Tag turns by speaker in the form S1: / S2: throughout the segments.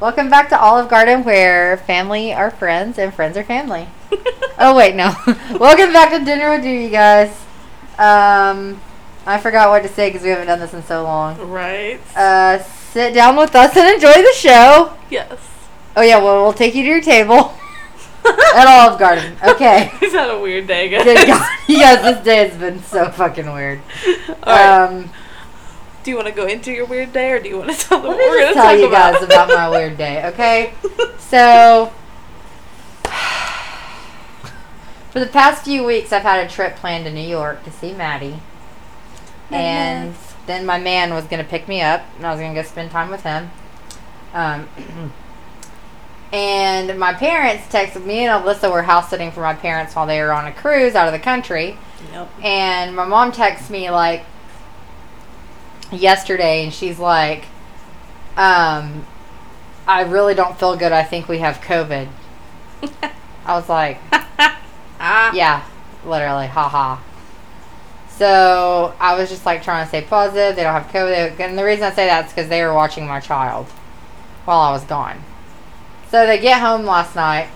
S1: Welcome back to Olive Garden, where family are friends and friends are family. oh wait, no. Welcome back to dinner with you, you guys. Um, I forgot what to say because we haven't done this in so long.
S2: Right?
S1: Uh, sit down with us and enjoy the show.
S2: yes.
S1: Oh yeah, well we'll take you to your table at Olive Garden. Okay.
S2: He's had a weird day, guys.
S1: Good God, you guys, this day has been so fucking weird.
S2: All right.
S1: Um,
S2: do you want to go into your weird day, or do you want to tell them
S1: let
S2: what
S1: me
S2: we're going
S1: just
S2: to
S1: tell
S2: talk
S1: you
S2: about?
S1: guys about my weird day, okay? So, for the past few weeks, I've had a trip planned to New York to see Maddie. And then my man was going to pick me up, and I was going to go spend time with him. Um, and my parents texted me and Alyssa were house sitting for my parents while they were on a cruise out of the country.
S2: Yep.
S1: And my mom texts me like yesterday, and she's like, um, "I really don't feel good. I think we have COVID." I was like,
S2: Ah.
S1: "Yeah, literally, haha." So I was just like trying to stay positive. They don't have COVID, and the reason I say that is because they were watching my child while I was gone. So they get home last night,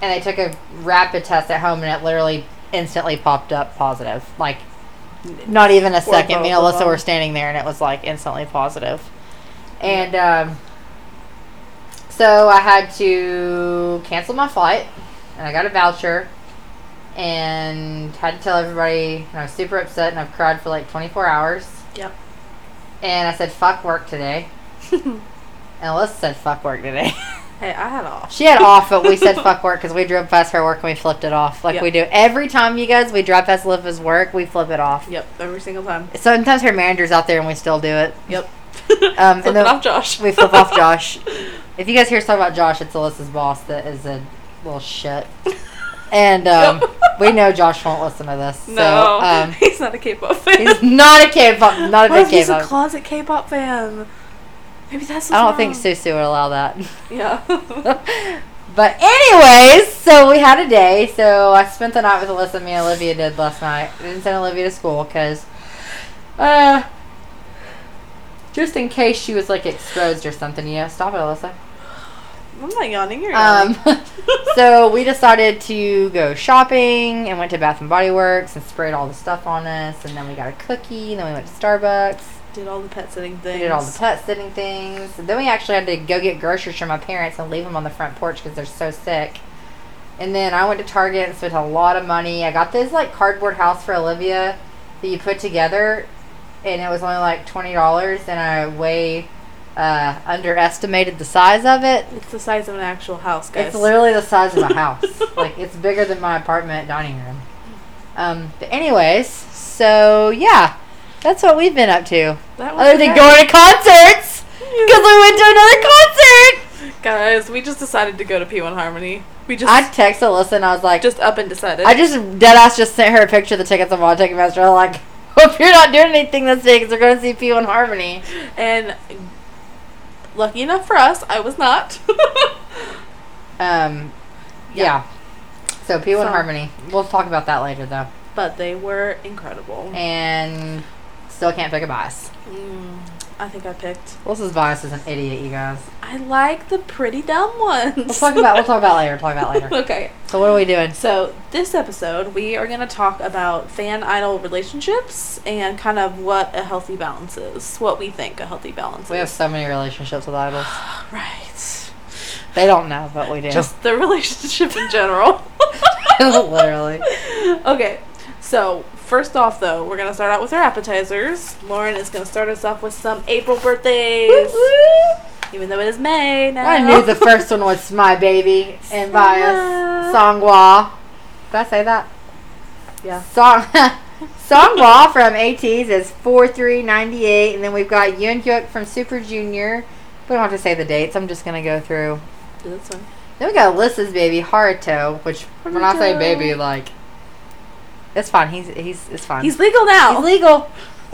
S1: and they took a rapid test at home, and it literally instantly popped up positive. Like, not even a
S2: For
S1: second. Me and
S2: both of
S1: Alyssa were
S2: them.
S1: standing there, and it was like instantly positive. And um, so I had to cancel my flight, and I got a voucher, and had to tell everybody. And I was super upset, and I've cried for like 24 hours.
S2: Yep.
S1: And I said, "Fuck work today." And Alyssa said, "Fuck work today."
S2: Hey, I had off.
S1: She had off, but we said fuck work because we drove past her work and we flipped it off, like
S2: Yep.
S1: we do every time. You guys, we drive past Liva's work, we flip it off.
S2: Yep. Every single time.
S1: Sometimes her manager's out there and we still do it.
S2: Yep.
S1: Um, and
S2: Flipping
S1: then
S2: off Josh.
S1: we flip off Josh. If you guys hear us talk about Josh, it's Alyssa's boss that is a little shit, and um, we know Josh won't listen to this.
S2: no,
S1: So, um,
S2: he's not a K-pop fan.
S1: he's not a K-pop, not a
S2: What
S1: big
S2: if he's a
S1: K-pop.
S2: closet K-pop fan? Maybe that's.
S1: I don't
S2: his
S1: think Susu
S2: mom.
S1: would allow that.
S2: Yeah.
S1: but anyways, so we had a day. So I spent the night with Alyssa. Me and Olivia did last night. I didn't send Olivia to school because, uh, just in case she was like exposed or something. You know, stop it, Alyssa.
S2: I'm not yawning. You're
S1: Um,
S2: yawning.
S1: so we decided to go shopping and went to Bath and Body Works and sprayed all the stuff on us. And then we got a cookie. And then we went to Starbucks.
S2: did all the pet sitting things.
S1: We did all the pet sitting things. And then we actually had to go get groceries from my parents and leave them on the front porch because they're so sick. And then I went to Target and spent a lot of money. I got this like cardboard house for Olivia that you put together, and it was only like twenty dollars. And I way uh, underestimated the size of it.
S2: It's the size of an actual house, guys.
S1: It's literally the size of a house. like it's bigger than my apartment dining room. Um, but anyways, so yeah, that's what we've been up to.
S2: That was
S1: Other than
S2: okay.
S1: going to concerts, because we went to another concert.
S2: Guys, we just decided to go to P1 Harmony. We just
S1: I texted Alyssa and I was like,
S2: just up and decided.
S1: I just dead ass just sent her a picture of the tickets on my Ticketmaster. I'm like, hope you're not doing anything this day because we're going to see P1 Harmony.
S2: and lucky enough for us, I was not.
S1: Um, yeah.
S2: Yeah.
S1: So P1
S2: So-
S1: Harmony. We'll talk about that later though.
S2: but they were incredible.
S1: And still can't pick a bias.
S2: Mm, I think I picked.
S1: Alyssa's bias is an idiot, you guys.
S2: I like the pretty dumb ones.
S1: We'll talk about we'll talk about later. Talk about later.
S2: okay.
S1: So what are we doing?
S2: So, this episode, we are going to talk about fan idol relationships and kind of what a healthy balance is, what we think a healthy balance
S1: We have
S2: is.
S1: so many relationships with idols.
S2: Right.
S1: They don't know, but we do.
S2: Just the relationship in general.
S1: literally.
S2: okay, so first off, though, we're gonna start out with our appetizers. Lauren is gonna start us off with some April birthdays, even though it is May now.
S1: I knew the first one was my baby and by Songwa. Did I say that?
S2: Yeah.
S1: Song Songwa from ATs is four three ninety eight, and then we've got Yoon Hyuk from Super Junior. We don't have to say the dates. I'm just gonna go through.
S2: Do this one.
S1: Then we got Alyssa's baby Haruto, which when I say
S2: Haruto.
S1: baby, like it's fine. He's he's it's fine.
S2: He's legal now.
S1: He's legal.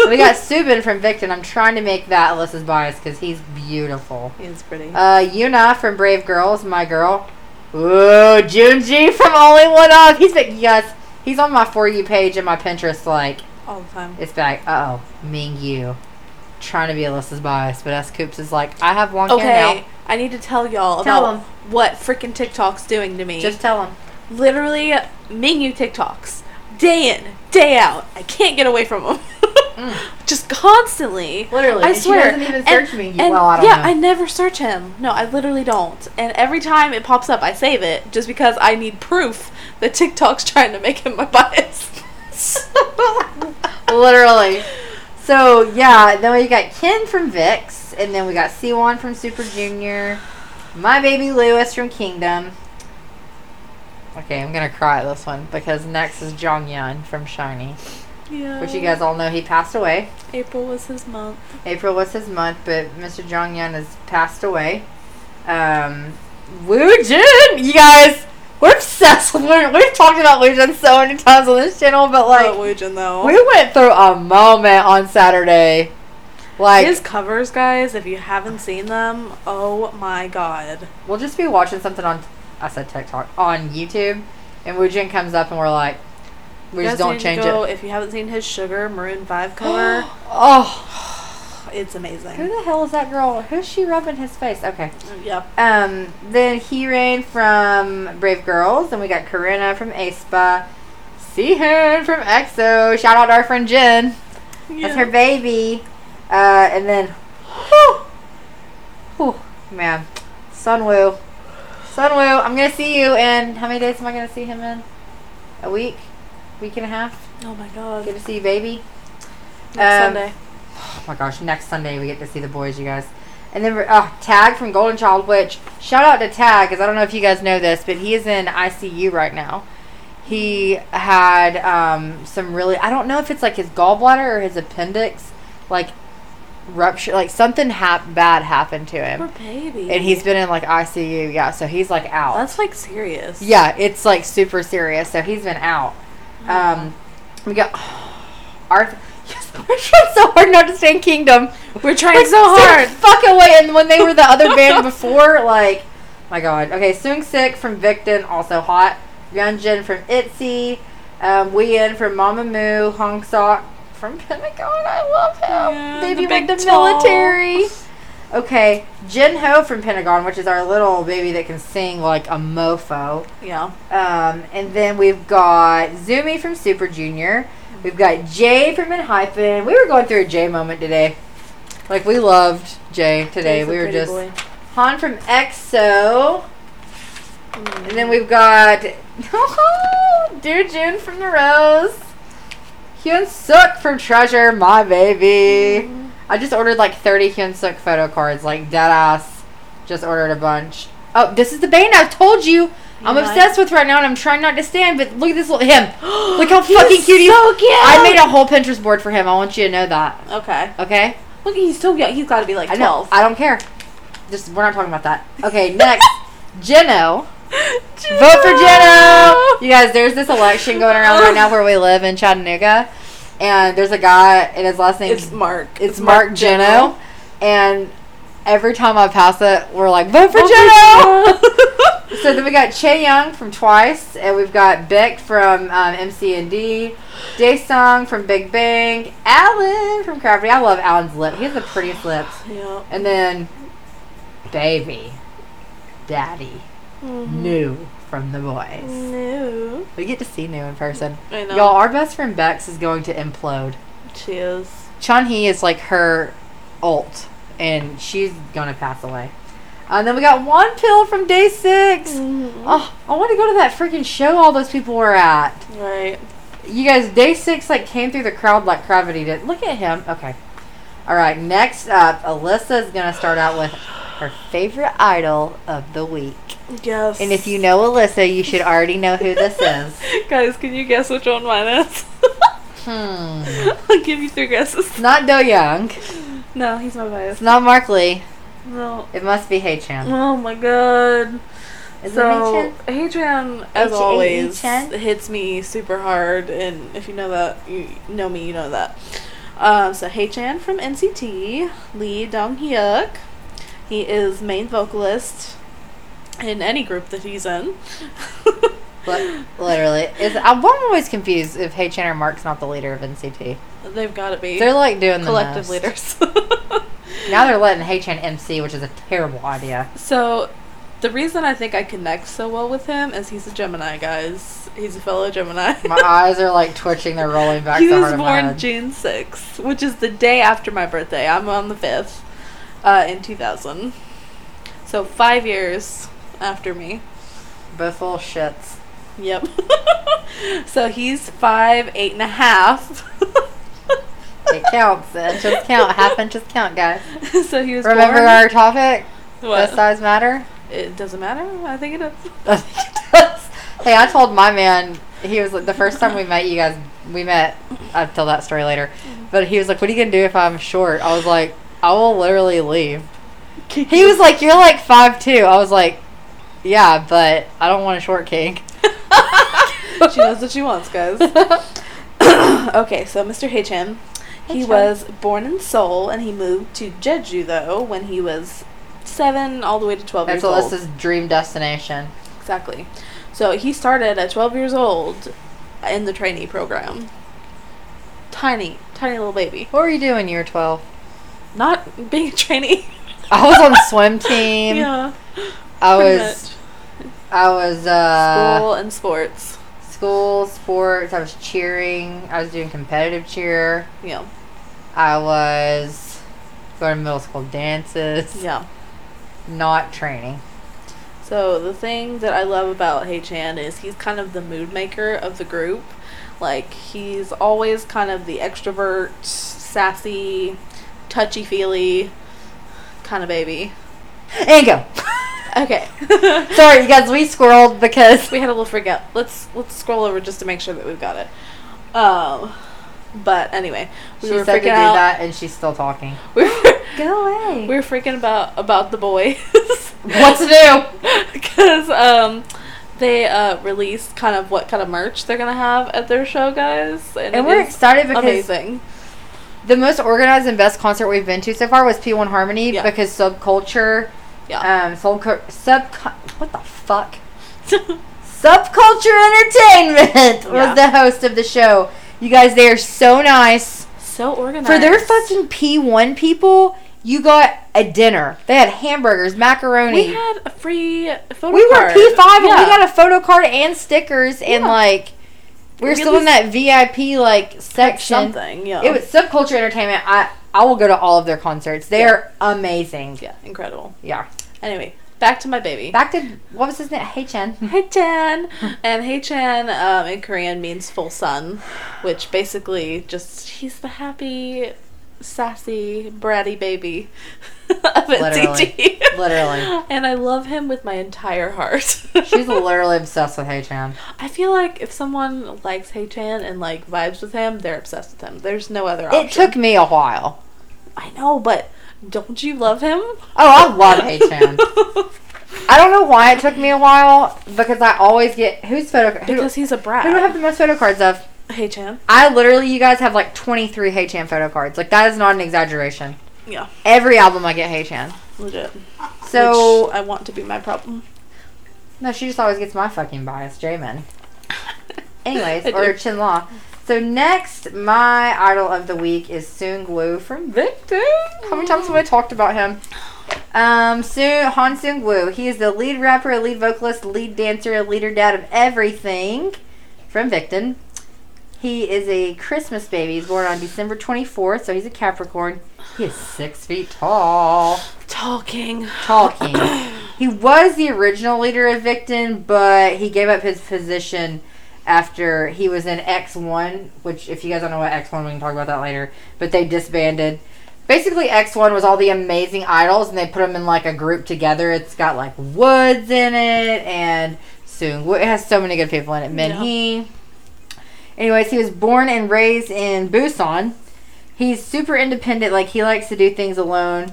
S1: we got Subin from Victon. I'm trying to make that Alyssa's bias because he's beautiful.
S2: He is pretty.
S1: Uh, Yuna from Brave Girls, my girl. Ooh, Junji from Only One Up. He's been, yes, he's on my For You page and my Pinterest. Like,
S2: All the time.
S1: it's back. Uh oh, Mingyu. trying to be Alyssa's bias, but S. Coops is like, I have one
S2: Okay,
S1: care
S2: I need to tell y'all
S1: Tell
S2: about
S1: 'em.
S2: what freaking TikTok's doing to me.
S1: now. Just tell him.
S2: literally menu TikToks day in, day out. I can't get away from them. Just constantly.
S1: Mm. Literally,
S2: I
S1: and she
S2: swear.
S1: doesn't even
S2: And-
S1: search me.
S2: and-
S1: Well, I don't
S2: yeah,
S1: know.
S2: I never search him. No, I literally don't. And every time it pops up, I save it just because I need proof that TikTok's trying to make him my bias.
S1: Literally. So yeah, then we got Ken from Vix, and then we got C1 from Super Junior, my baby Lewis from Kingdom. Okay, I'm gonna cry at this one because next is Jongyun from Shiny,
S2: yeah.
S1: which you guys all know he passed away.
S2: April was his month.
S1: April was his month, but Mr. Jongyun has passed away. Um, Woojin, you guys, we're obsessed. with Woo- We've talked about Woojin so many times on this channel, but like,
S2: oh, Woojin though.
S1: we went through a moment on Saturday. Like,
S2: his covers, guys, if you haven't seen them, oh my god.
S1: we'll just be watching something on, I said TikTok, on YouTube, and Woojin comes up and we're like, we
S2: You
S1: just
S2: guys
S1: don't
S2: need to
S1: change
S2: go-
S1: it.
S2: If you haven't seen his Sugar Maroon 5 cover,
S1: Oh,
S2: it's
S1: who
S2: amazing.
S1: the hell is that girl? Who's she rubbing his face? Okay.
S2: Yep.
S1: Um, then he ran from Brave Girls, and we got Corinna from aespa, Sihan from EXO. Shout out to our friend Jen. That's her baby. Uh, and then, whew, whew, man, Sunwoo. Sunwoo, I'm going to see you in, how many days am I going to see him in? A week? Week and a half?
S2: Oh my
S1: Get
S2: god.
S1: to see you, baby.
S2: Next
S1: Um,
S2: Sunday.
S1: Oh my gosh, next Sunday we get to see the boys, you guys. And then, oh, Tag from Golden Child, which, shout out to Tag, because I don't know if you guys know this, but he is in ICU right now. He had um, some really, I don't know if it's like his gallbladder or his appendix, like rupture, like something hap- bad happened to
S2: Poor
S1: him.
S2: baby.
S1: And he's been in like ICU, yeah, so he's like out.
S2: That's like serious.
S1: Yeah, it's like super serious. So he's been out. Um, we got Arthur. Yes, we're trying so hard not to stay in Kingdom.
S2: We're trying so
S1: Like,
S2: hard.
S1: Fuck away. And when they were the other band before, like, my God. Okay, Soong Sik from Victon, also hot. Yeonjin from ITZY. Um, Wooyeon from Mamamoo. Hong Sok from Pentagon. I love him.
S2: Yeah,
S1: baby
S2: the
S1: went
S2: big
S1: to
S2: doll.
S1: military. Okay, Jin Ho from Pentagon, which is our little baby that can sing like a mofo.
S2: Yeah.
S1: Um, and then we've got Zumi from Super Junior. We've got Jay from Enhypen. We were going through a Jay moment today. Like we loved Jay today.
S2: He's a
S1: we were
S2: pretty
S1: just
S2: boy.
S1: Han from EXO.
S2: Mm.
S1: And then we've got Oh, Doojun from the Rose. Hyun Suk from Treasure, my baby. I just ordered like 30 Hyun Suk photo cards, like dead ass. Just ordered a bunch. Oh, this is the bane I told you. I'm
S2: You like-
S1: obsessed with right now, and I'm trying not to stand. But look at this little him. Look how fucking
S2: He's
S1: cute he is.
S2: So cute.
S1: I made a whole Pinterest board for him. I want you to know that.
S2: Okay.
S1: Okay.
S2: Look, he's so young. He's got to be like
S1: I know.
S2: 12.
S1: I don't care. Just we're not talking about that. Okay. Next, Jeno. Vote for Jeno. You guys, there's this election going around right now where we live in Chattanooga, and there's a guy, and his last name
S2: It's Mark.
S1: it's Mark Jeno, and every time I pass it, we're like, vote for
S2: Vote for
S1: Jeno.
S2: Jeno.
S1: so then we got Che Young from Twice, and we've got Beck from um, MCND, Daesung from Big Bang, Alan from Crabtree. I love Alan's lip; he has the prettiest lips.
S2: yeah.
S1: And then, baby, daddy, new from the boys.
S2: No.
S1: We get to see new in person.
S2: I know.
S1: Y'all, our best friend Bex is going to implode.
S2: She is.
S1: Chun Hee is like her alt, and she's gonna pass away. And then we got one pill from day six.
S2: Mm-hmm.
S1: Oh, I want to go to that freaking show all those people were at.
S2: Right.
S1: You guys, day six like came through the crowd like gravity did. Look at him. Okay. All right. Next up, Alyssa is gonna start out with her favorite idol of the week.
S2: Yes.
S1: And if you know Alyssa, you should already know who this is.
S2: Guys, can you guess which one mine is?
S1: Hmm.
S2: I'll give you three guesses.
S1: It's not Do Young.
S2: No, he's my bias.
S1: It's not Mark Lee.
S2: No.
S1: It must be Hey Chan.
S2: Oh my god.
S1: Is it Hey
S2: so,
S1: Chan?
S2: Hadrian, as
S1: H A E
S2: always,
S1: Chan?
S2: hits me super hard, and if you know that, you know me, you know that. Um, so, Hadrian from NCT, Lee Dong Hyuk, he is main vocalist in any group that he's in.
S1: Li- Literally, is I'm always confused if Hey Chan or Mark's not the leader of NCT.
S2: They've got to be
S1: They're like doing the
S2: collective
S1: most.
S2: leaders.
S1: Now they're letting Hey-Chan MC, which is a terrible idea.
S2: So, the reason I think I connect so well with him is he's a Gemini, guys. He's a fellow Gemini.
S1: My eyes are like twitching. They're rolling back.
S2: he
S1: so
S2: was
S1: hard in my
S2: born
S1: head.
S2: June 6th, which is the day after my birthday. I'm on the 5th uh, in 2000. So, five years after me.
S1: Both little shits.
S2: Yep. so, he's five, eight and a half.
S1: It counts. It just count. Half inches count, guys.
S2: so, he was
S1: Remember
S2: born.
S1: our topic? Does
S2: what?
S1: size matter?
S2: It doesn't matter. I think it does.
S1: hey, I told my man he was like the first time we met you guys we met I'll tell that story later. But he was like, What are you gonna do if I'm short? I was like, I will literally leave. He was like, You're like five two. I was like, Yeah, but I don't want a short king.
S2: she knows what she wants, guys. okay, so Mr. Hichin, he
S1: Hichin.
S2: was born in Seoul and he moved to Jeju though when he was seven, all the way to twelve
S1: That's
S2: years
S1: what
S2: old.
S1: this is dream destination.
S2: exactly. So he started at twelve years old in the trainee program. Tiny, tiny little baby,
S1: What were you doing when you were twelve?
S2: not being a trainee.
S1: I was on the swim team.
S2: yeah,
S1: I
S2: pretty
S1: was I was uh
S2: much. school and sports.
S1: school, sports, I was cheering, I was doing competitive cheer.
S2: Yeah,
S1: I was going to middle school dances,
S2: yeah.
S1: not training.
S2: So the thing that I love about Hey Chan is he's kind of the mood maker of the group. Like he's always kind of the extrovert, sassy, touchy feely kind of baby.
S1: And go.
S2: Okay.
S1: Sorry, you guys, we squirreled because
S2: we had a little freak out. Let's let's scroll over just to make sure that we've got it. Um but anyway, we
S1: she
S2: were
S1: said to
S2: freaking
S1: do
S2: out.
S1: that, and she's still talking.
S2: We were,
S1: Go away.
S2: we were freaking about about the boys.
S1: What's new?
S2: because um they uh released kind of what kind of merch they're gonna have at their show guys and,
S1: And
S2: it
S1: we're
S2: is
S1: excited because
S2: amazing
S1: the most organized and best concert we've been to so far was P1 Harmony
S2: Yeah.
S1: because subculture,
S2: yeah
S1: um, sub, sub, what the fuck? Subculture Entertainment
S2: Yeah.
S1: was the host of the show. You guys, they are so nice.
S2: so organized
S1: For their fucking P1 people, you got a dinner. They had hamburgers,
S2: we
S1: macaroni. We,
S2: had a free photo
S1: were
S2: card.
S1: P5 and we
S2: Yeah.
S1: got a photo card and stickers and
S2: Yeah.
S1: like we were
S2: We at
S1: still in that VIP like section.
S2: something yeah
S1: It was Subculture Entertainment. I I will go to all of their concerts. They're amazing.
S2: yeah incredible
S1: Yeah.
S2: anyway back to my baby
S1: Back to what was his name? Hey Chen.
S2: Hey Chan, and Hey Chan um, in Korean means full sun, which basically just he's the happy, sassy, bratty baby of NCT.
S1: Literally. Literally.
S2: and I love him with my entire heart.
S1: She's literally obsessed with Hey Chan.
S2: I feel like if someone likes Hey Chan and like vibes with him, they're obsessed with him. There's no other option.
S1: It took me a while.
S2: I know, but don't you love him?
S1: Oh, I love Hey Chan. I don't know why it took me a while because I always get whose photo who,
S2: because he's a brat.
S1: Who do I have the most photo cards of?
S2: Hey Chan.
S1: I literally, you guys have like 23 Hey Chan photo cards. Like, that is not an exaggeration.
S2: Yeah,
S1: Every album I get Hey Chan.
S2: legit.
S1: So,
S2: Which I want to be my problem.
S1: no, she just always gets my fucking bias, Jamin. Anyways,
S2: I do.
S1: or Chin Law. So, next, my idol of the week is Soon Woo from Victim. How many times have I talked about him? Um, Soon, Han Soon Woo. He is the lead rapper, lead vocalist, lead dancer, leader dad of everything from Victim. He is a Christmas baby. He's born on December 24th, so he's a Capricorn. He is six feet tall.
S2: Talking.
S1: Talking. he was the original leader of Victon, but he gave up his position after he was in X1, which, if you guys don't know what X1, we can talk about that later. But they disbanded. Basically, X1 was all the amazing idols, and they put them in like a group together. It's got like Woods in it, and Soon. It has so many good people in it. Min
S2: Yeah.
S1: Hee. Anyways, he was born and raised in Busan. He's super independent, like he likes to do things alone.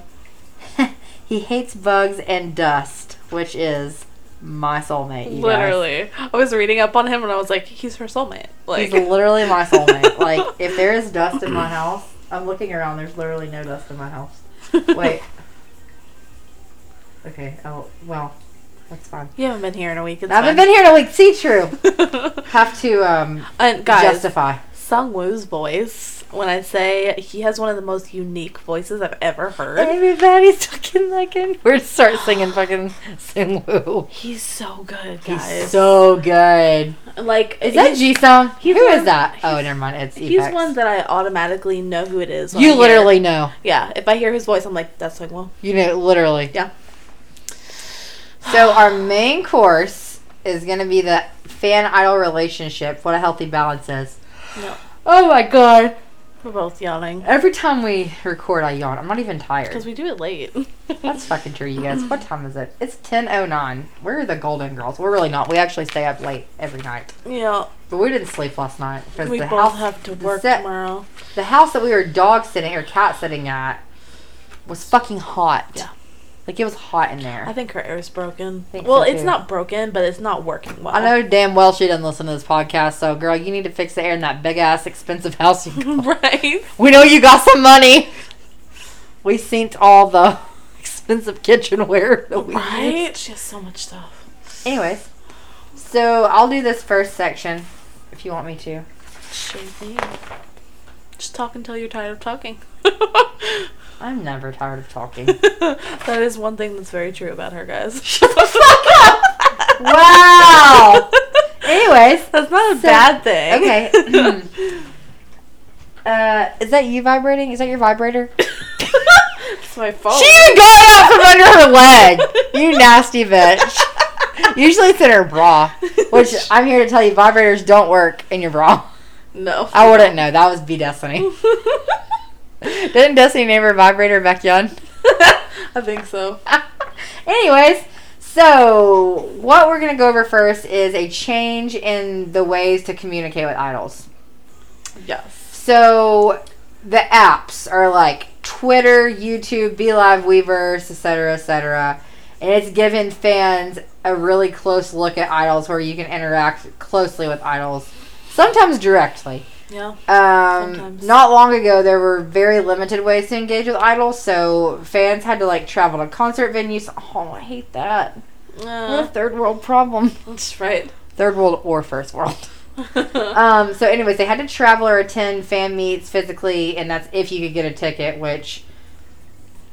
S1: he hates bugs and dust, which is my soulmate. You guys.
S2: Literally. I was reading up on him and I was like, he's her soulmate. Like
S1: He's literally my soulmate. like if there is dust in my house, I'm looking around, there's literally no dust in my house. Wait. Okay, oh well, that's fine.
S2: You haven't been here in a week. It's
S1: I haven't
S2: fine.
S1: been here in a week. See true. Have to um
S2: and guys,
S1: justify.
S2: Sung Woo's voice when I say he has one of the most unique voices I've ever heard.
S1: Everybody's fucking like in. We're to start singing fucking Sing Woo.
S2: He's so good,
S1: He's
S2: guys.
S1: so good.
S2: like
S1: Is that
S2: he's-
S1: G Song? Who
S2: he's
S1: is
S2: one-
S1: that? Oh,
S2: he's-
S1: never mind. It's
S2: He's
S1: Effects.
S2: one that I automatically know who it is. when I
S1: You
S2: hear
S1: literally
S2: it.
S1: know.
S2: yeah. If I hear his voice, I'm like, that's like, well,
S1: You know, literally.
S2: yeah.
S1: So our main course is going to be the fan idol relationship. What a healthy balance is.
S2: No,
S1: Oh my god!
S2: we're both yawning
S1: Every time we record, I yawn. I'm not even tired.
S2: because we do it late.
S1: That's fucking true, you guys. What time is it? It's 10:09. We're the Golden Girls. We're really not. We actually stay up late every night.
S2: yeah,
S1: But we didn't sleep last night because
S2: we
S1: the
S2: both
S1: house
S2: have to
S1: the
S2: work
S1: set-
S2: tomorrow.
S1: the house that we were dog sitting or cat sitting at was fucking hot.
S2: Yeah.
S1: Like it was hot in there.
S2: I think her air's broken.
S1: Think
S2: well,
S1: so,
S2: it's
S1: too.
S2: not broken, but it's not working well.
S1: I know damn well she doesn't listen to this podcast, so girl, you need to fix the air in that big ass expensive house. You got.
S2: right?
S1: we know you got some money. We synced all the expensive kitchenware that we
S2: Right?
S1: used.
S2: She has so much stuff.
S1: Anyways, so I'll do this first section if you want me to.
S2: Sure thing. Just talk until you're tired of talking.
S1: I'm never tired of talking.
S2: that is one thing that's very true about her, guys.
S1: wow. Anyways,
S2: That's not a
S1: So-
S2: bad thing.
S1: okay. hmm. uh, is that you vibrating? Is that your vibrator?
S2: it's my fault.
S1: She even got it out from under her leg. You nasty bitch. Usually it's in her bra, which I'm here to tell you, vibrators don't work in your bra.
S2: no.
S1: I wouldn't know. That was B Destiny. Didn't Destiny name her vibrator Backyard?
S2: I think so.
S1: Anyways, so what we're gonna go over first is a change in the ways to communicate with idols.
S2: Yes.
S1: So the apps are like Twitter, YouTube, BeLive, Weverse, etc., etc. And it's given fans a really close look at idols where you can interact closely with idols, sometimes directly.
S2: Yeah.
S1: Um,
S2: Sometimes.
S1: not long ago, there were very limited ways to engage with idols, so fans had to like travel to concert venues. Oh, I hate that. What a
S2: Uh,
S1: third world problem.
S2: that's right.
S1: Third world or first world.
S2: Uh-huh.
S1: Um, so, anyways, they had to travel or attend fan meets physically, and that's if you could get a ticket, which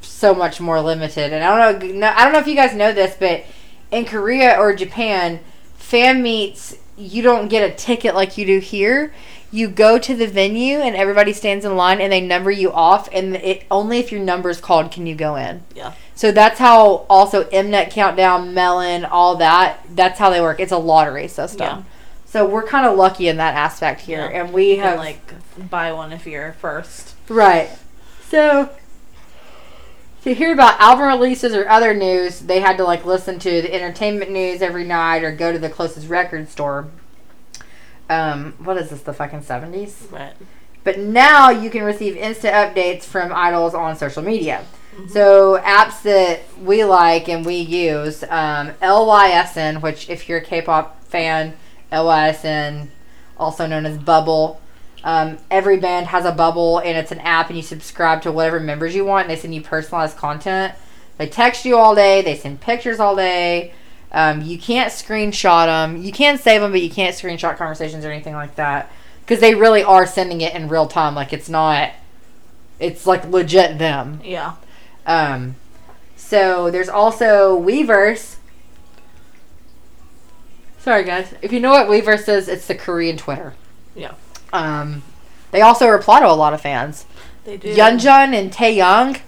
S1: so much more limited. And I don't know, no, I don't know if you guys know this, but in Korea or Japan, fan meets you don't get a ticket like you do here. You go to the venue and everybody stands in line and they number you off, and it, only if your number's called can you go in.
S2: yeah.
S1: So that's how also Mnet Countdown, Melon, all that. That's how they work. It's a lottery system.
S2: Yeah.
S1: So we're kind of lucky in that aspect here,
S2: Yeah.
S1: and we
S2: You can,
S1: have
S2: like buy one if you're first.
S1: right. So to hear about album releases or other news, they had to like listen to the entertainment news every night or go to the closest record store. Um, what is this? The fucking seventies.
S2: Right.
S1: But now you can receive instant updates from idols on social media. Mm-hmm. So apps that we like and we use, um, LYSN, which if you're a K-pop fan, LYSN, also known as Bubble. Um, every band has a bubble, and it's an app, and you subscribe to whatever members you want. And they send you personalized content. They text you all day. They send pictures all day. Um, you can't screenshot them. You can save them, but you can't screenshot conversations or anything like that because they really are sending it in real time. Like it's not. It's like legit them.
S2: Yeah.
S1: Um, so there's also Weverse. Sorry guys, if you know what Weverse is, it's the Korean Twitter.
S2: Yeah.
S1: Um, they also reply to a lot of fans.
S2: They do.
S1: Yunjun and Taeyang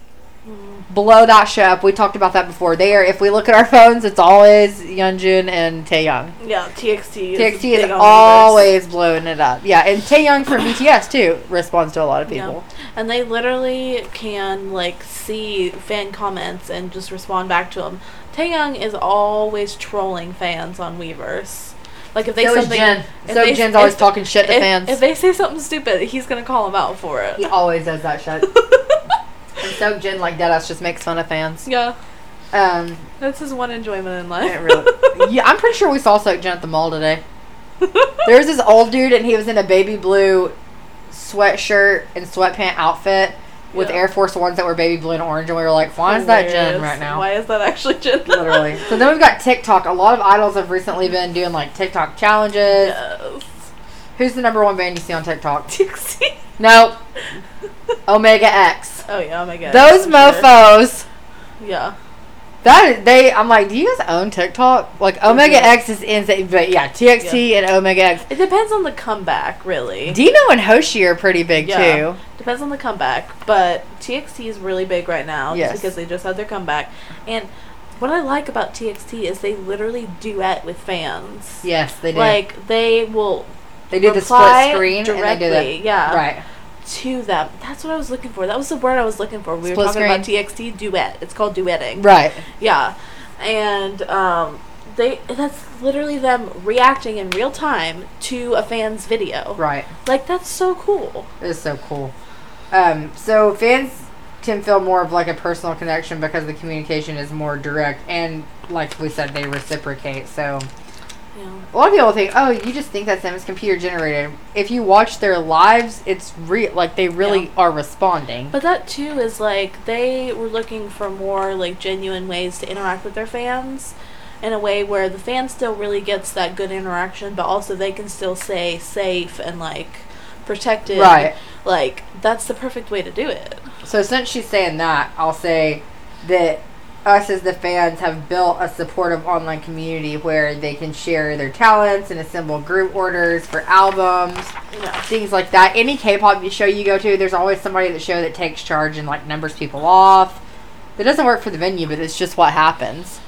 S1: blow that shit up. We talked about that before. They are. If we look at our phones, it's always Yunjun and Taeyang.
S2: Yeah. TXT. Is
S1: TXT
S2: big
S1: is
S2: on Weverse.
S1: always blowing it up. Yeah, and Taeyang from BTS too responds to a lot of
S2: Yeah.
S1: people.
S2: And they literally can like see fan comments and just respond back to them. Taeyang is always trolling fans on Weverse. Like if they
S1: So is
S2: something,
S1: Jin.
S2: if
S1: So
S2: they-
S1: Jin's always
S2: if-
S1: talking shit to
S2: if-
S1: fans.
S2: If they say something stupid, he's gonna call them out for it.
S1: He always does that shit. and so Jen like that us just makes fun of fans.
S2: Yeah,
S1: Um
S2: that's his one enjoyment in life.
S1: it really- yeah, I'm pretty sure we saw Soak Jen at the mall today. There was this old dude and he was in a baby blue sweatshirt and sweatpant outfit with
S2: Yeah.
S1: Air Force Ones that were baby blue and orange and we were like, Why is that Jen
S2: Hilarious.
S1: right now?
S2: Why is that actually Jin?
S1: Literally. So then we've got TikTok. A lot of idols have recently been doing like TikTok challenges.
S2: yes.
S1: Who's the number one band you see on TikTok?
S2: TXT.
S1: No, Omega X.
S2: Oh yeah, oh my god.
S1: Those mofos.
S2: Yeah.
S1: That is, they, I'm like, do you guys own TikTok? Like Omega
S2: Mhm.
S1: X is insane, but yeah, TXT and Omega X.
S2: It depends on the comeback, really.
S1: Dino and Hoshi are pretty big
S2: Yeah.
S1: too.
S2: depends on the comeback, but TXT is really big right now just
S1: Yes.
S2: because they just had their comeback. And what I like about TXT is they literally duet with fans.
S1: Yes, they do.
S2: Like they will
S1: they do the
S2: reply
S1: split screen and they
S2: directly,
S1: do that.
S2: yeah,
S1: Right.
S2: to them. That's what I was looking for. That was the word I was looking for. We were
S1: Split
S2: talking about TXT duet. It's called duetting.
S1: Right.
S2: Yeah, and um, they that's literally them reacting in real time to a fan's video.
S1: Right.
S2: Like that's so cool.
S1: It is so cool. Um, so fans can feel more of like a personal connection because the communication is more direct and like we said, they reciprocate. So
S2: Yeah.
S1: a lot of people think, oh, you just think that's them. It's computer generated. If you watch their lives, it's real. Like they really
S2: Yeah.
S1: are responding.
S2: But that too is like they were looking for more like genuine ways to interact with their fans in a way where the fan still really gets that good interaction but also they can still stay safe and like protected.
S1: Right.
S2: Like that's the perfect way to do it.
S1: So since she's saying that, I'll say that us as the fans have built a supportive online community where they can share their talents and assemble group orders for albums,
S2: Yeah.
S1: things like that. Any K-pop show you go to, there's always somebody at the show that takes charge and like numbers people off. That doesn't work for the venue, but it's just what happens.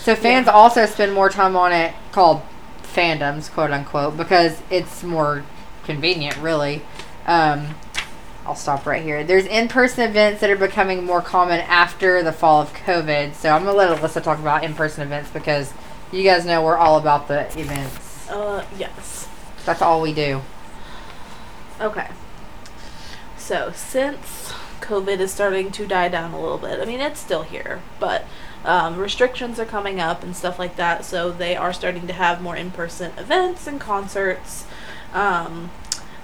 S1: So fans also spend more time on it called fandoms, quote unquote, because it's more convenient, really. Um, I'll stop right here. There's in-person events that are becoming more common after the fall of COVID. So I'm gonna let Alyssa talk about in-person events because you guys know we're all about the events.
S2: Uh yes.
S1: That's all we do.
S2: Okay. So since COVID is starting to die down a little bit, I mean it's still here, but um, restrictions are coming up and stuff like that. So they are starting to have more in-person events and concerts, um,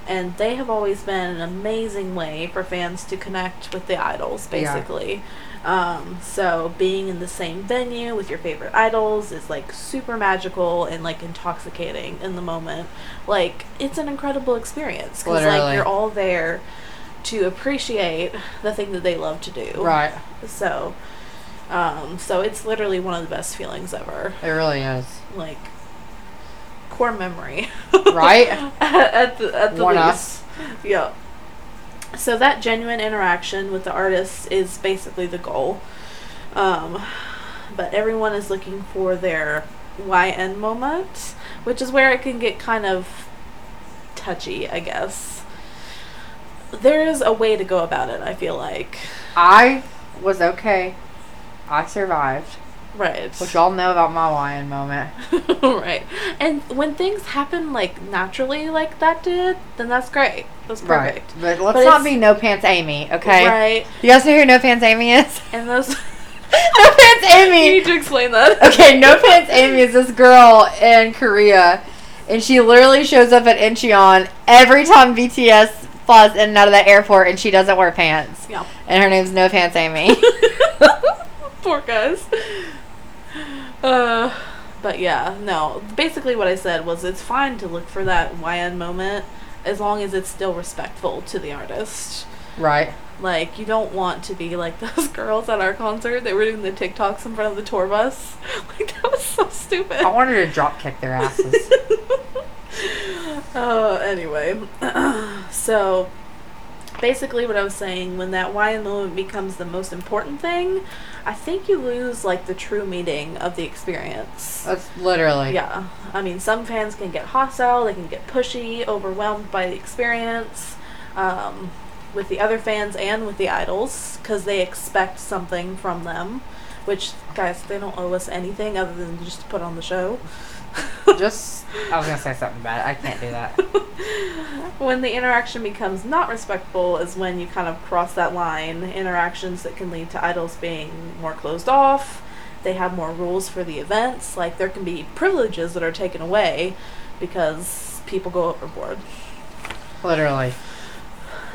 S2: and they have always been an amazing way for fans to connect with the idols,
S1: Yeah.
S2: basically. Um, so being in the same venue with your favorite idols is like super magical and like intoxicating in the moment. Like it's an incredible experience because
S1: Literally.
S2: like you're all there to appreciate the thing that they love to do.
S1: Right.
S2: So, um, so it's literally one of the best feelings ever.
S1: It really is.
S2: Like core memory,
S1: Right?
S2: at the at the
S1: One up.
S2: least. Yeah. So that genuine interaction with the artist is basically the goal. Um, but everyone is looking for their YN moment, which is where it can get kind of touchy, I guess. There is a way to go about it, I feel like.
S1: I was okay. I survived.
S2: Right.
S1: Which y'all know about my lion moment.
S2: right. And when things happen like naturally, like that did, then that's great. That's perfect.
S1: Right. But let's
S2: But
S1: not
S2: it's-
S1: be no pants Amy, okay?
S2: Right.
S1: You guys know who no pants Amy is?
S2: And those.
S1: no pants
S2: you
S1: Amy.
S2: need to explain that.
S1: Okay, no pants Amy is this girl in Korea, and she literally shows up at Incheon every time BTS flies in and out of that airport, and she doesn't wear pants.
S2: Yeah.
S1: And her name's No Pants Amy.
S2: Poor guys. Uh, but yeah, no. Basically, what I said was it's fine to look for that YN moment as long as it's still respectful to the artist.
S1: right.
S2: Like, you don't want to be like those girls at our concert that were doing the TikToks in front of the tour bus. Like, that was so stupid.
S1: I wanted to drop kick their asses.
S2: Oh, anyway. so basically what I was saying, when that why in the moment becomes the most important thing, I think you lose like the true meaning of the experience.
S1: That's literally.
S2: Yeah. I mean, some fans can get hostile, they can get pushy, overwhelmed by the experience um, with the other fans and with the idols because they expect something from them, which, guys, they don't owe us anything other than just to put on the show.
S1: Just, I was gonna say something bad. I can't do that.
S2: when the interaction becomes not respectful is when you kind of cross that line. Interactions that can lead to idols being more closed off. They have more rules for the events. Like there can be privileges that are taken away because people go overboard.
S1: Literally.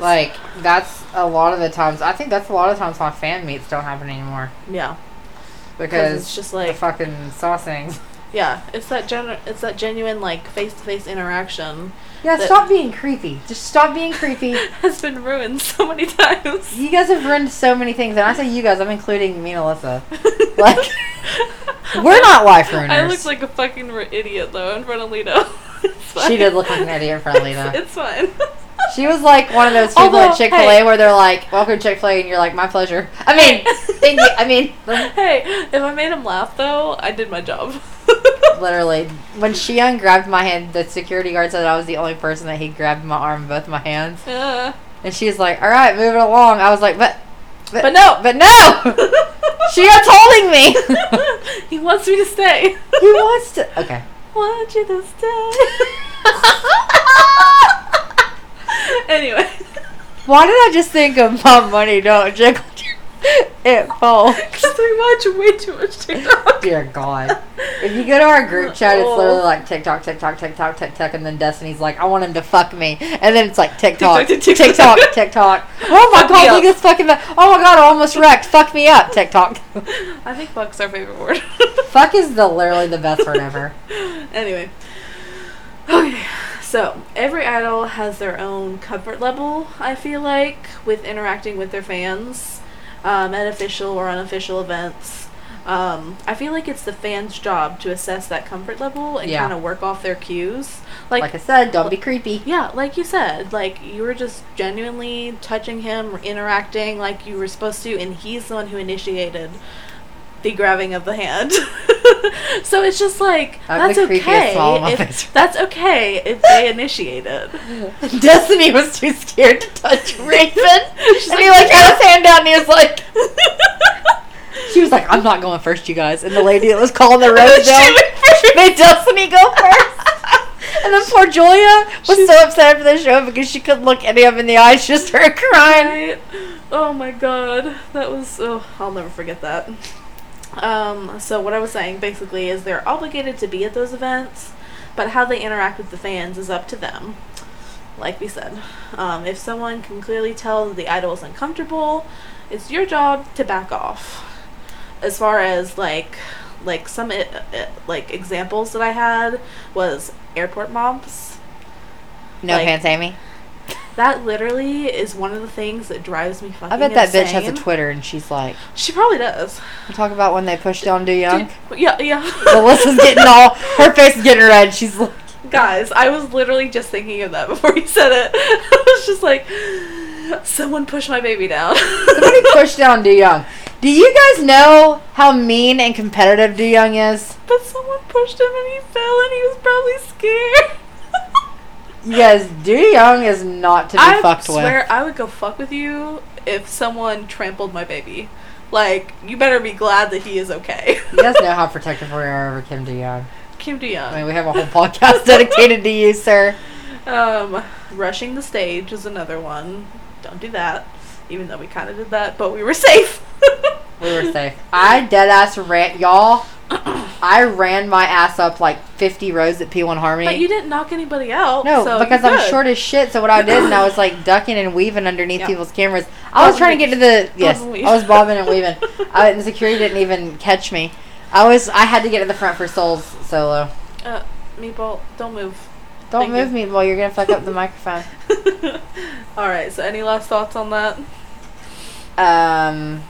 S1: Like, that's a lot of the times. I think that's a lot of times why fan meets don't happen anymore.
S2: Yeah.
S1: Because
S2: it's just
S1: the
S2: like
S1: fucking saucings.
S2: Yeah, it's that gen- it's that genuine like face to face interaction
S1: Yeah,
S2: That-
S1: stop being creepy. Just stop being creepy.
S2: has been ruined so many times.
S1: You guys have ruined so many things, and I say you guys, I'm including me and Alyssa. Like, we're not life
S2: I
S1: ruiners.
S2: looked like a fucking r- idiot though in front of Lito. It's
S1: She
S2: fine.
S1: did look like an idiot in front of Lena.
S2: It's, it's fine.
S1: She was like one of those people at
S2: Although,
S1: Chick Fil A
S2: hey.
S1: where they're like, "Welcome to Chick Fil A," and you're like, "My pleasure." I mean, thank you. I mean,
S2: hey, if I made him laugh though, I did my job.
S1: literally, when she ungrabbed my hand, the security guard said I was the only person that he grabbed my arm, with both my hands,
S2: Yeah.
S1: and she's like, "All right, moving along." I was like, "But, but,
S2: But no.
S1: but no!" she was holding me.
S2: he wants me to stay.
S1: he wants to. Okay.
S2: Want you to stay. anyway.
S1: Why did I just think of my money? Don't jiggle it falls.
S2: Because we watch way too much TikTok.
S1: Dear God. If you go to our group chat, it's
S2: Oh.
S1: literally like TikTok, TikTok, TikTok, TikTok, and then Destiny's like, I want him to fuck me, and then it's like TikTok,
S2: TikTok,
S1: TikTok,
S2: TikTok.
S1: TikTok. Oh my
S2: Fuck me
S1: God, look
S2: up.
S1: at this fucking. ma- Oh my God, I almost wrecked. Fuck me up, TikTok.
S2: I think fuck's our favorite word.
S1: fuck is the literally the best word ever.
S2: anyway. Okay. So, every idol has their own comfort level, I feel like, with interacting with their fans um, at official or unofficial events. Um, I feel like it's the fans' job to assess that comfort level and
S1: Yeah.
S2: kind of work off their cues.
S1: Like, I said, don't be creepy.
S2: Yeah, like you said, like you were just genuinely touching him, interacting like you were supposed to, and he's the one who initiated the grabbing of the hand. so it's just like
S1: That was
S2: that's
S1: the creepiest
S2: okay.
S1: smile on my face.
S2: If, that's okay if they initiate it.
S1: Destiny was too scared to touch Raven,
S2: She's
S1: and he like had his hand down, and he was like. She was like, I'm not going first, you guys. And the lady that was calling the road
S2: She
S1: down
S2: went first.
S1: made Destiny go first. And then poor Julia was
S2: She's-
S1: so upset after the show because she couldn't look any of them in the eyes, just her crying.
S2: Right? Oh my god, that was oh, I'll never forget that. Um, so what I was saying basically is they're obligated to be at those events, but how they interact with the fans is up to them. Like we said, um, if someone can clearly tell that the idol is uncomfortable, it's your job to back off. As far as like, like some uh, uh, like examples that I had was airport mobs.
S1: No
S2: Like,
S1: hands, Amy.
S2: That literally is one of the things that drives me fucking.
S1: I bet that bitch has a
S2: insane.
S1: Twitter and she's like,
S2: She probably does.
S1: talk about when they pushed on Do Young.
S2: Dude, yeah, yeah.
S1: Melissa's getting all, her face is getting red. She's like,
S2: Guys, I was literally just thinking of that before you said it. I was just like, someone push my baby down.
S1: somebody pushed down Do Young. Do you guys know how mean and competitive Do Young is?
S2: but someone pushed him and he fell and he was probably scared.
S1: You guys, Do Young is not to be
S2: I
S1: fucked
S2: swear
S1: with.
S2: I would go fuck with you if someone trampled my baby. Like, you better be glad that he is okay.
S1: You guys know how protective we are over Kim Do Young.
S2: Kim
S1: I mean,
S2: Young.
S1: we have a whole podcast dedicated to you, sir.
S2: Um, rushing the stage is another one. Don't do that. Even though we kind of did that, but we were safe.
S1: We were safe. I dead ass ran, y'all. I ran my ass up like 50 rows at P1 Harmony.
S2: But you didn't knock anybody out.
S1: no,
S2: so
S1: because
S2: you're
S1: I'm
S2: good.
S1: short as shit. So what I did, and I was like ducking and weaving underneath
S2: Yeah.
S1: people's cameras. I was
S2: Bobbing
S1: trying to get to the yes.
S2: Bobbing weave.
S1: I was bobbing and weaving. I, and the security didn't even catch me. I was. I had to get to the front for Souls solo.
S2: Uh, meatball, don't move.
S1: Don't move
S2: Thank
S1: me, boy. You're gonna fuck up the microphone.
S2: All right. So, any last thoughts on that?
S1: Um,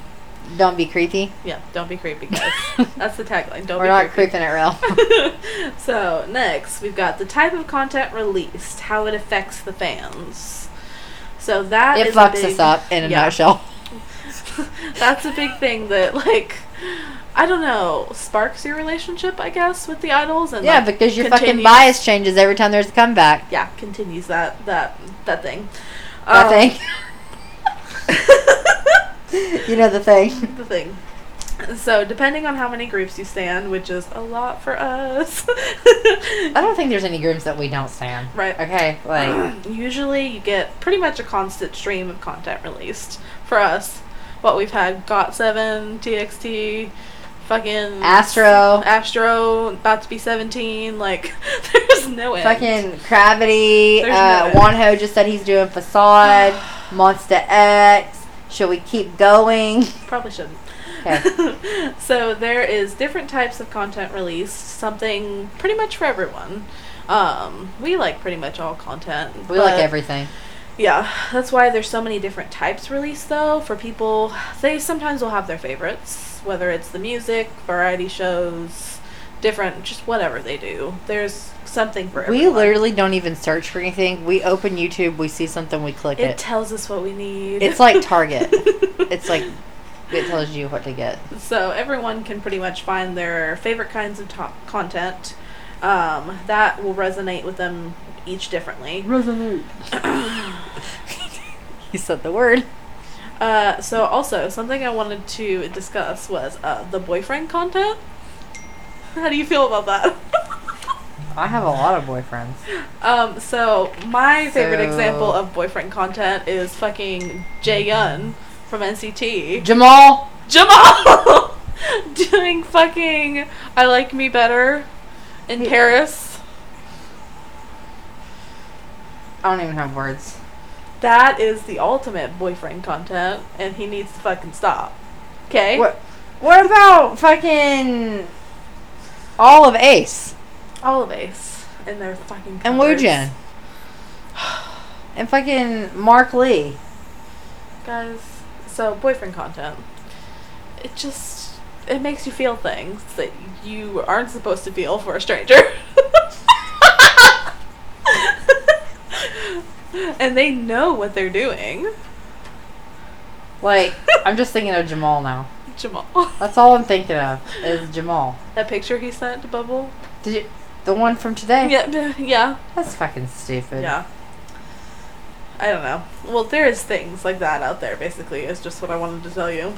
S1: don't be creepy.
S2: Yeah, don't be creepy, guys. That's the tagline. Don't
S1: We're
S2: be
S1: not
S2: creepy.
S1: creeping it real.
S2: so next, we've got the type of content released, how it affects the fans. So that
S1: it
S2: is a
S1: fucks
S2: big-
S1: us up in a
S2: yeah.
S1: nutshell.
S2: That's a big thing that like. I don't know, sparks your relationship, I guess, with the idols and
S1: Yeah,
S2: like,
S1: because your fucking
S2: continues-
S1: bias changes every time there's a comeback.
S2: Yeah, continues that that that thing.
S1: That
S2: Um,
S1: thing. you know the thing.
S2: the thing. So, depending on how many groups you stand, which is a lot for us,
S1: I don't think there's any groups that we don't stand.
S2: Right.
S1: Okay. Like
S2: usually you get pretty much a constant stream of content released. For us, what we've had Got7, TXT, fucking.
S1: Astro.
S2: Astro, about to be 17. Like, there's no end.
S1: fucking Gravity.
S2: There's
S1: Uh,
S2: no-
S1: Wanho just said he's doing Facade. Monster X. Should we keep going?
S2: Probably shouldn't.
S1: Okay.
S2: so there is different types of content released, something pretty much for everyone. Um, we like pretty much all content.
S1: We like
S2: but-
S1: everything.
S2: Yeah, that's why there's so many different types released though. For people, they sometimes will have their favorites, whether it's the music, variety shows, different, just whatever they do. There's something for
S1: We
S2: everyone.
S1: literally don't even search for anything. We open YouTube, we see something, we click
S2: it
S1: it.
S2: tells us what we need.
S1: It's like Target. it's like it tells you what to get.
S2: So everyone can pretty much find their favorite kinds of top content um, that will resonate with them each differently.
S1: Resolute. you said the word.
S2: Uh, so also something I wanted to discuss was uh, the boyfriend content. How do you feel about that?
S1: I have a lot of boyfriends.
S2: um, so my favorite
S1: So-
S2: example of boyfriend content is fucking Jae Yun from NCT.
S1: Jamal.
S2: Jamal doing fucking I like me better in Paris.
S1: I don't even have words.
S2: That is the ultimate boyfriend content, and he needs to fucking stop. Okay?
S1: What? What about fucking all of Ace
S2: All of Ace and their fucking
S1: and
S2: covers.
S1: Woojin and fucking Mark Lee?
S2: Guys, so boyfriend content. It just it makes you feel things that you aren't supposed to feel for a stranger. and they know what they're doing.
S1: Like I'm just thinking of Jamal now.
S2: Jamal.
S1: That's all I'm thinking of is Jamal.
S2: That picture he sent to Bubble.
S1: Did you, the one from today?
S2: Yeah, b- yeah,
S1: That's fucking stupid.
S2: yeah. I don't know. Well, there is things like that out there. Basically, is just what I wanted to tell you,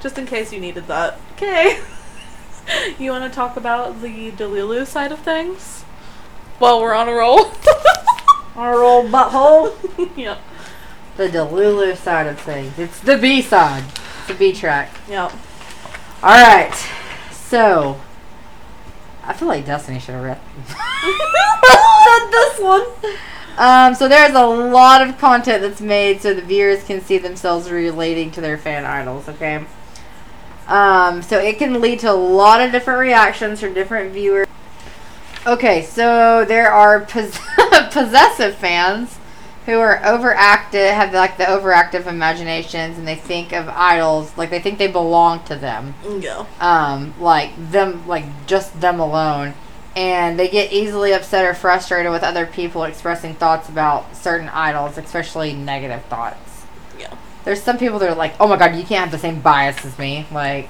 S2: just in case you needed that. Okay. you want to talk about the Delulu side of things? While we're on a roll.
S1: Our old butthole.
S2: yep.
S1: the Delulu side of things. It's the B side. It's the B track.
S2: Yep.
S1: All right. So, I feel like Destiny should have read read this one. Um, so there's a lot of content that's made so the viewers can see themselves relating to their fan idols. Okay. Um, so it can lead to a lot of different reactions from different viewers. Okay, so there are pos- possessive fans who are overactive, have like the overactive imaginations, and they think of idols like they think they belong to them
S2: Go.
S1: um, like them, like just them alone, and they get easily upset or frustrated with other people expressing thoughts about certain idols, especially negative thoughts.
S2: Yeah.
S1: There's some people that are like, "Oh my god, you can't have the same bias as me," like,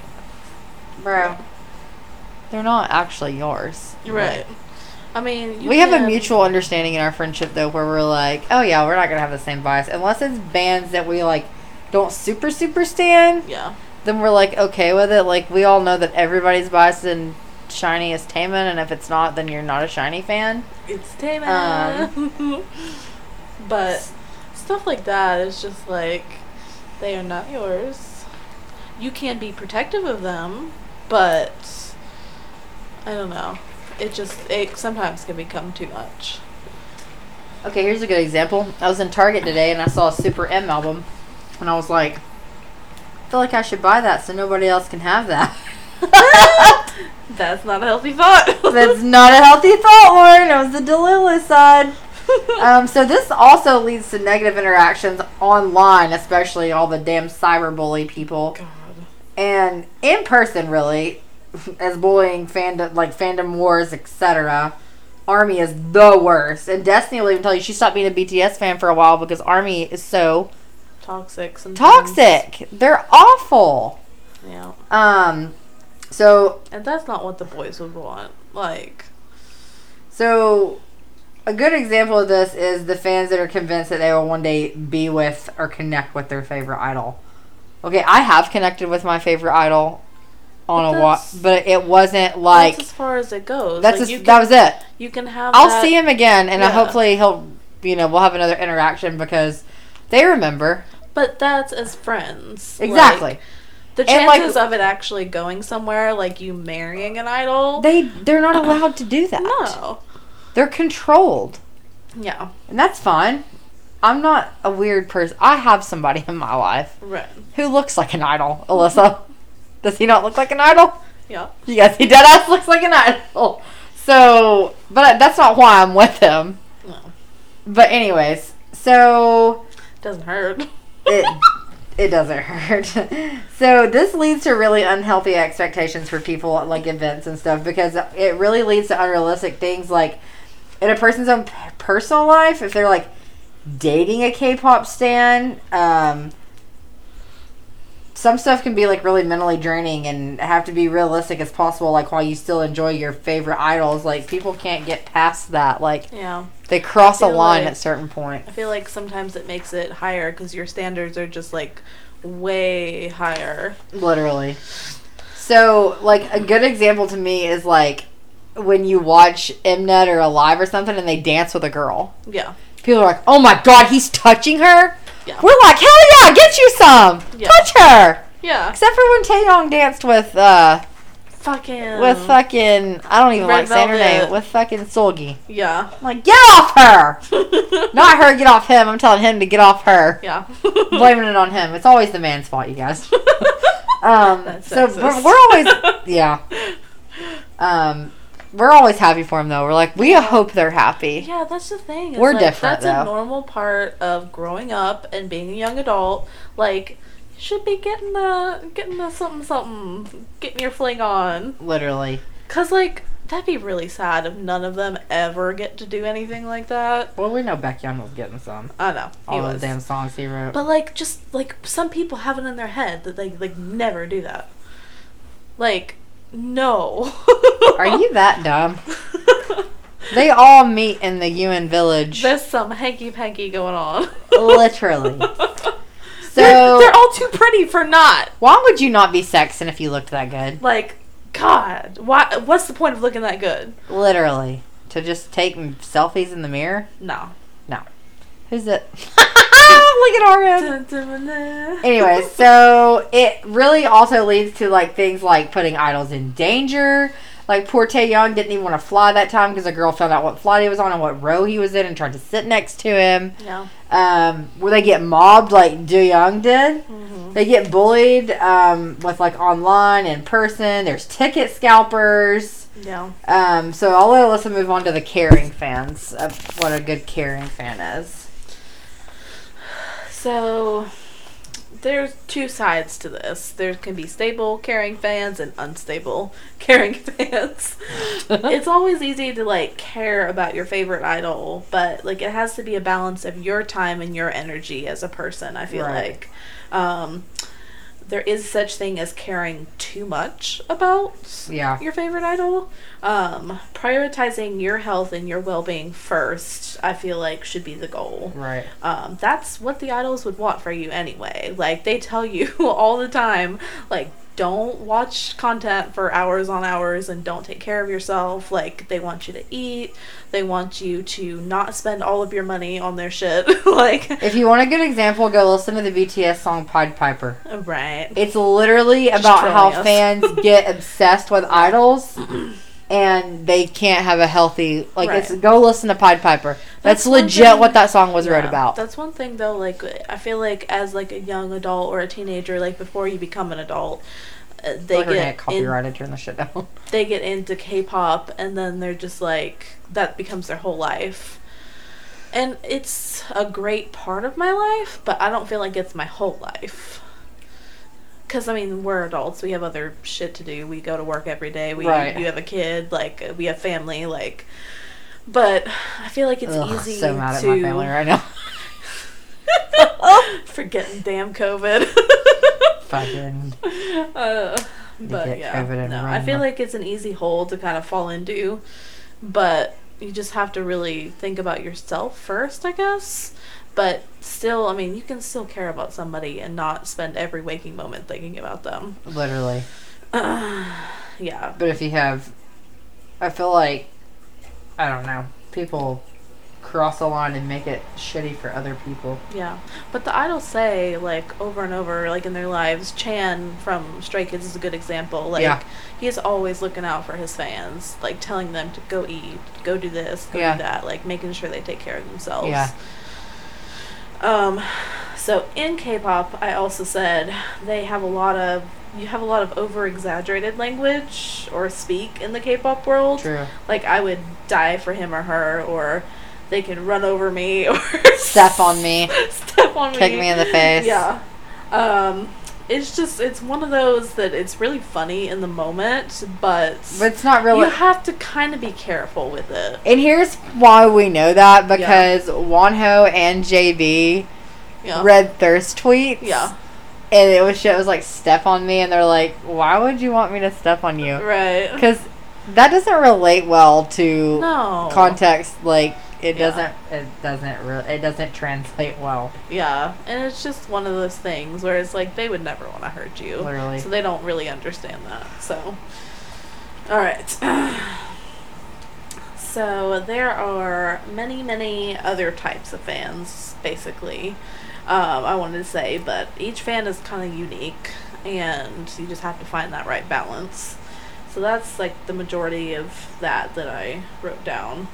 S1: bro, they're not actually yours.
S2: Right. I mean, you
S1: we have a
S2: can-
S1: mutual understanding in our friendship though, where we're like, "Oh yeah, we're not gonna have the same bias," unless it's bands that we like don't super super stand
S2: Yeah.
S1: then we're like okay with it. Like we all know that everybody's biased in shiny is Taman, and if it's not, then you're not a shiny fan.
S2: It's
S1: Um,
S2: Taman. but stuff like that is just like they are not yours. You can be protective of them, but I don't know. It just it sometimes can become too much.
S1: Okay, here's a good example. I was in Target today and I saw a Super M album, and I was like, I feel like I should buy that so nobody else can have that.
S2: That's not a healthy thought.
S1: That's not a healthy thought, Lauren. It was the Delulu side. Um, so this also leads to negative interactions online, especially all the damn cyberbully people.
S2: God.
S1: and in person really as bullying fandom like fandom wars etc army is the worst and destiny will even tell you she stopped being a bts fan for a while because army is so
S2: Toxic sometimes.
S1: toxic they're awful
S2: Yeah.
S1: um so
S2: And that's not what the boys would want. Like
S1: so a good example of this is the fans that are convinced that they will one day be with or connect with their favorite idol okay i have connected with my favorite idol on
S2: But
S1: a wa
S2: that's-
S1: but it wasn't like
S2: that's as far as it goes.
S1: That's
S2: like,
S1: just
S2: you can,
S1: that was it.
S2: you can have
S1: I'll
S2: that-
S1: see him again, and I
S2: yeah.
S1: hopefully he'll, you know, we'll have another interaction because they remember
S2: But that's as friends. Like,
S1: exactly.
S2: the
S1: And, like-
S2: chances of it actually going somewhere, like you marrying an idol,
S1: they they're not allowed to do that.
S2: no.
S1: They're controlled,
S2: Yeah,
S1: and that's fine. I'm not a weird person. I have somebody in my life
S2: right.
S1: who looks like an idol, Alyssa. Does he not look like an idol?
S2: Yeah.
S1: Yes, he deadass looks like an idol. So, but that's not why I'm with him.
S2: No.
S1: But anyways, so
S2: Doesn't hurt.
S1: it it doesn't hurt. so this leads to really unhealthy expectations for people at, like events and stuff because it really leads to unrealistic things like in a person's own p- personal life if they're like dating a K-pop stan. Um, some stuff can be like really mentally draining and have to be realistic as possible. Like while you still enjoy your favorite idols, like people can't get past that. Like
S2: Yeah.
S1: they cross a
S2: Feel
S1: line
S2: like-
S1: at certain points.
S2: I feel like sometimes it makes it higher because your standards are just like way higher.
S1: Literally. So, like, a good example to me is like when you watch Mnet or Alive or something and they dance with a girl.
S2: Yeah.
S1: People are like, oh my god, he's touching her?
S2: Yeah.
S1: We're like, hell yeah, get you some!
S2: Yeah.
S1: Touch her!
S2: Yeah.
S1: Except for when Taeyong danced with, uh,
S2: Fucking.
S1: with uh, fucking, I don't even
S2: Uh-huh. Red
S1: like saying her
S2: Velvet.
S1: name, with fucking Solgi.
S2: yeah.
S1: I'm like, get off her!
S2: Not.
S1: Not her, get off him. I'm telling him to get off her.
S2: Yeah.
S1: Blaming it on him. It's always the man's fault, you guys. Um,
S2: That's
S1: so we're,
S2: sexist.
S1: we're always, yeah. Um, we're always happy for them though. We're like, we hope they're happy.
S2: Yeah, that's the thing. is,
S1: We're
S2: like,
S1: different,
S2: That's
S1: though.
S2: a normal part of growing up and being a young adult. Like, you should be getting the getting the something something, getting your fling on.
S1: Literally.
S2: Cause like that'd be really sad if none of them ever get to do anything like that.
S1: Well, we know Beckyun was getting some.
S2: I know he
S1: All those
S2: was,
S1: damn songs he wrote.
S2: but like just like some people have it in their head that they like never do that. Like, no.
S1: Are you that dumb?
S2: you?
S1: They all meet in the Ewan village.
S2: There's some hanky panky going on.
S1: Literally. So
S2: they're, they're all too pretty for not.
S1: why would you not be sexing if you looked that good?
S2: Like, God, why? What's the point of looking that good?
S1: Literally. To just take m- selfies in the mirror?
S2: No.
S1: Who's it? Look at RM. anyway, so it really also leads to like things like putting idols in danger. Like poor Taeyeon didn't even want to fly that time because a girl found out what flight he was on and what row he was in and tried to sit next to him.
S2: no.
S1: Um, where they get mobbed like Do Young did.
S2: Mhm.
S1: They get bullied um, with like online in person. There's ticket scalpers.
S2: No.
S1: Um, so I'll let Alyssa move on to the caring fans of what a good caring fan is.
S2: So there's two sides to this. There can be stable caring fans and unstable caring fans. it's always easy to like care about your favorite idol, but like it has to be a balance of your time and your energy as a person, I feel
S1: Right.
S2: like. Um there is such thing as caring too much about
S1: Yeah.
S2: your favorite idol. Um, prioritizing your health and your well being first, I feel like should be the goal
S1: Right.
S2: um, that's what the idols would want for you anyway. Like they tell you all the time, like don't watch content for hours on hours and don't take care of yourself. Like they want you to eat, they want you to not spend all of your money on their shit. like
S1: If you want a good example, go listen to the BTS song Pied Piper.
S2: right.
S1: It's literally about how
S2: trolling us.
S1: fans get obsessed with idols and they can't have a healthy like it's
S2: Right.
S1: go listen to Pied Piper. That's,
S2: That's one
S1: legit
S2: thing-
S1: what that song was wrote
S2: Yeah,
S1: about.
S2: That's one thing though, like I feel like as like a young adult or a teenager, like before you become an adult, uh, they
S1: They get
S2: get in-
S1: copyrighted turn the shit down.
S2: they get into K-pop and then they're just like that becomes their whole life. And it's a great part of my life, but I don't feel like it's my whole life. Cuz I mean, we're adults, we have other shit to do. We go to work every day. We
S1: Right.
S2: you have a kid, like we have family, like but I feel like it's
S1: Ugh,
S2: easy
S1: so mad
S2: to
S1: at my family right now.
S2: forget damn COVID.
S1: Fucking
S2: Uh, but
S1: get
S2: yeah,
S1: COVID and
S2: no,
S1: run
S2: I feel
S1: up.
S2: like it's an easy hole to kind of fall into, but you just have to really think about yourself first, I guess. But still, I mean, you can still care about somebody and not spend every waking moment thinking about them.
S1: literally.
S2: Yeah,
S1: But if you have I feel like I don't know. People cross a line and make it shitty for other people.
S2: yeah. But the idols say like over and over, like in their lives, Chan from Stray Kids is a good example. Like
S1: Yeah.
S2: he's always looking out for his fans, like telling them to go eat, go do this, go
S1: Yeah.
S2: do that, like making sure they take care of themselves.
S1: Yeah.
S2: Um, so in K-pop, I also said they have a lot of you have a lot of over exaggerated language or speak in the K pop world.
S1: True.
S2: Like I would die for him or her or they can run over me or
S1: Step on me.
S2: step on
S1: Kick me in the face.
S2: Yeah. Um it's just it's one of those that it's really funny in the moment, but,
S1: But it's not
S2: you
S1: really.
S2: have to kind of be careful with it.
S1: and here's why we know that because Wonho and JB
S2: Yeah.
S1: read thirst tweets.
S2: Yeah.
S1: And it was shit was like step on me, and they're like, why would you want me to step on you?
S2: Right.
S1: Because that doesn't relate well to
S2: No.
S1: context. Like it
S2: Yeah.
S1: doesn't. It doesn't. Re- it doesn't translate well.
S2: Yeah, and it's just one of those things where it's like they would never want to hurt you.
S1: Literally.
S2: So they don't really understand that. So, all right. so there are many, many other types of fans, basically. Um, I wanted to say, but each fan is kind of unique, and you just have to find that right balance. So that's like the majority of that that I wrote down.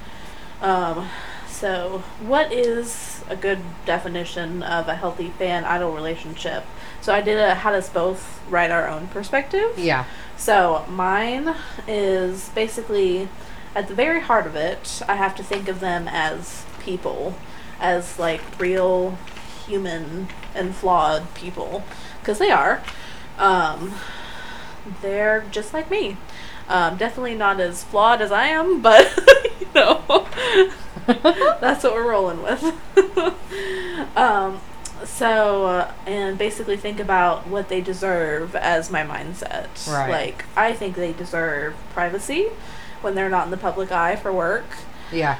S2: Um, so, what is a good definition of a healthy fan idol relationship? So, I did a had us both write our own perspective.
S1: Yeah.
S2: So, mine is basically at the very heart of it, I have to think of them as people, as like real human and flawed people, because they are. Um, they're just like me. Um, definitely not as flawed as I am, but you know. That's what we're rolling with. um, so, uh, and basically think about what they deserve as my mindset.
S1: Right.
S2: Like, I think they deserve privacy when they're not in the public eye for work.
S1: yeah.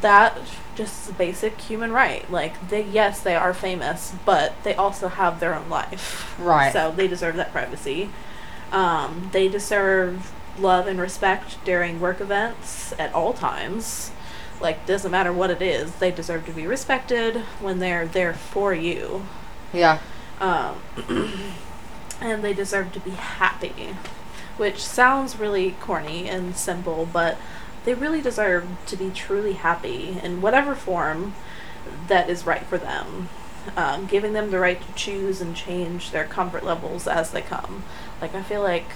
S2: That just is a basic human right. Like, they, yes, they are famous, but they also have their own life.
S1: Right.
S2: So they deserve that privacy. Um, they deserve love and respect during work events at all times. Like, doesn't matter what it is, they deserve to be respected when they're there for you.
S1: Yeah.
S2: Um, and they deserve to be happy, which sounds really corny and simple, but they really deserve to be truly happy in whatever form that is right for them. Um, giving them the right to choose and change their comfort levels as they come. Like, I feel like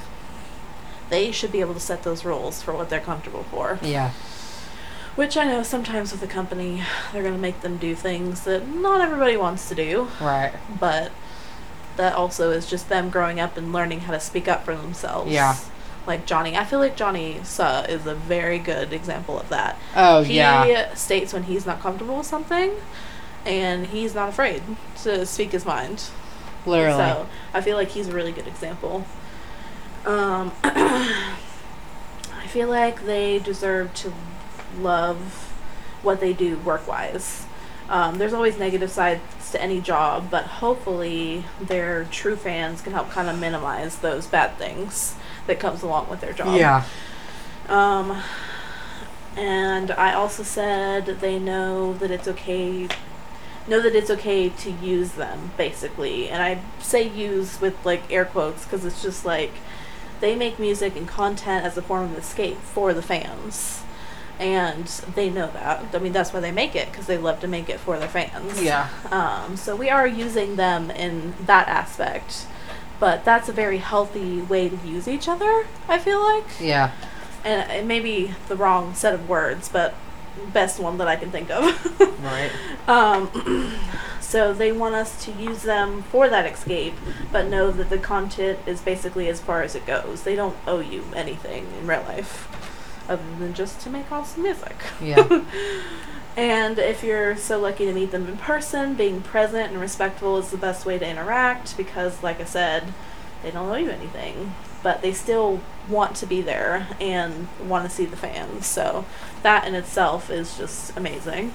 S2: they should be able to set those rules for what they're comfortable for.
S1: Yeah.
S2: Which I know sometimes with a company, they're going to make them do things that not everybody wants to do
S1: Right.
S2: but that also is just them growing up and learning how to speak up for themselves.
S1: Yeah.
S2: Like Johnny, I feel like Johnny Suh is a very good example of that.
S1: Oh
S2: he
S1: yeah.
S2: states when he's not comfortable with something, and he's not afraid to speak his mind.
S1: Literally.
S2: So I feel like he's a really good example. Um, I feel like they deserve to love what they do work wise. Um, there's always negative sides to any job, but hopefully their true fans can help kind of minimize those bad things that comes along with their job.
S1: yeah.
S2: Um, and I also said they know that it's okay, know that it's okay to use them, basically. And I say use with like air quotes because it's just like they make music and content as a form of escape for the fans. And they know that. I mean, that's why they make it because they love to make it for their fans.
S1: Yeah.
S2: Um, so we are using them in that aspect, but that's a very healthy way to use each other. I feel like
S1: Yeah.
S2: and it may be the wrong set of words, but best one that I can think of.
S1: Right.
S2: um, so they want us to use them for that escape, but know that the content is basically as far as it goes. They don't owe you anything in real life, other than just to make awesome music.
S1: Yeah.
S2: And if you're so lucky to meet them in person, being present and respectful is the best way to interact because, like I said, they don't owe you anything, but they still want to be there and want to see the fans. So that in itself is just amazing.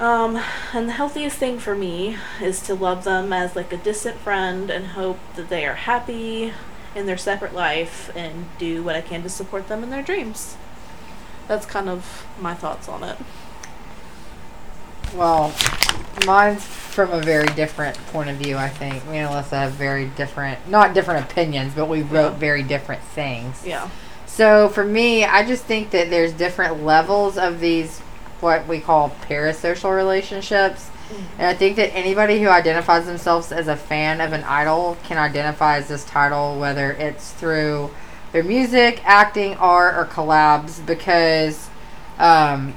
S2: Um, and the healthiest thing for me is to love them as like a distant friend and hope that they are happy in their separate life and do what I can to support them in their dreams. That's kind of my thoughts on it.
S1: Well, mine's from a very different point of view. I think me and Alyssa have very different, not different opinions, but we wrote
S2: Yeah.
S1: very different things.
S2: Yeah.
S1: So for me, I just think that there's different levels of these what we call parasocial relationships. And I think that anybody who identifies themselves as a fan of an idol can identify as this title, whether it's through their music, acting, art, or collabs, because um,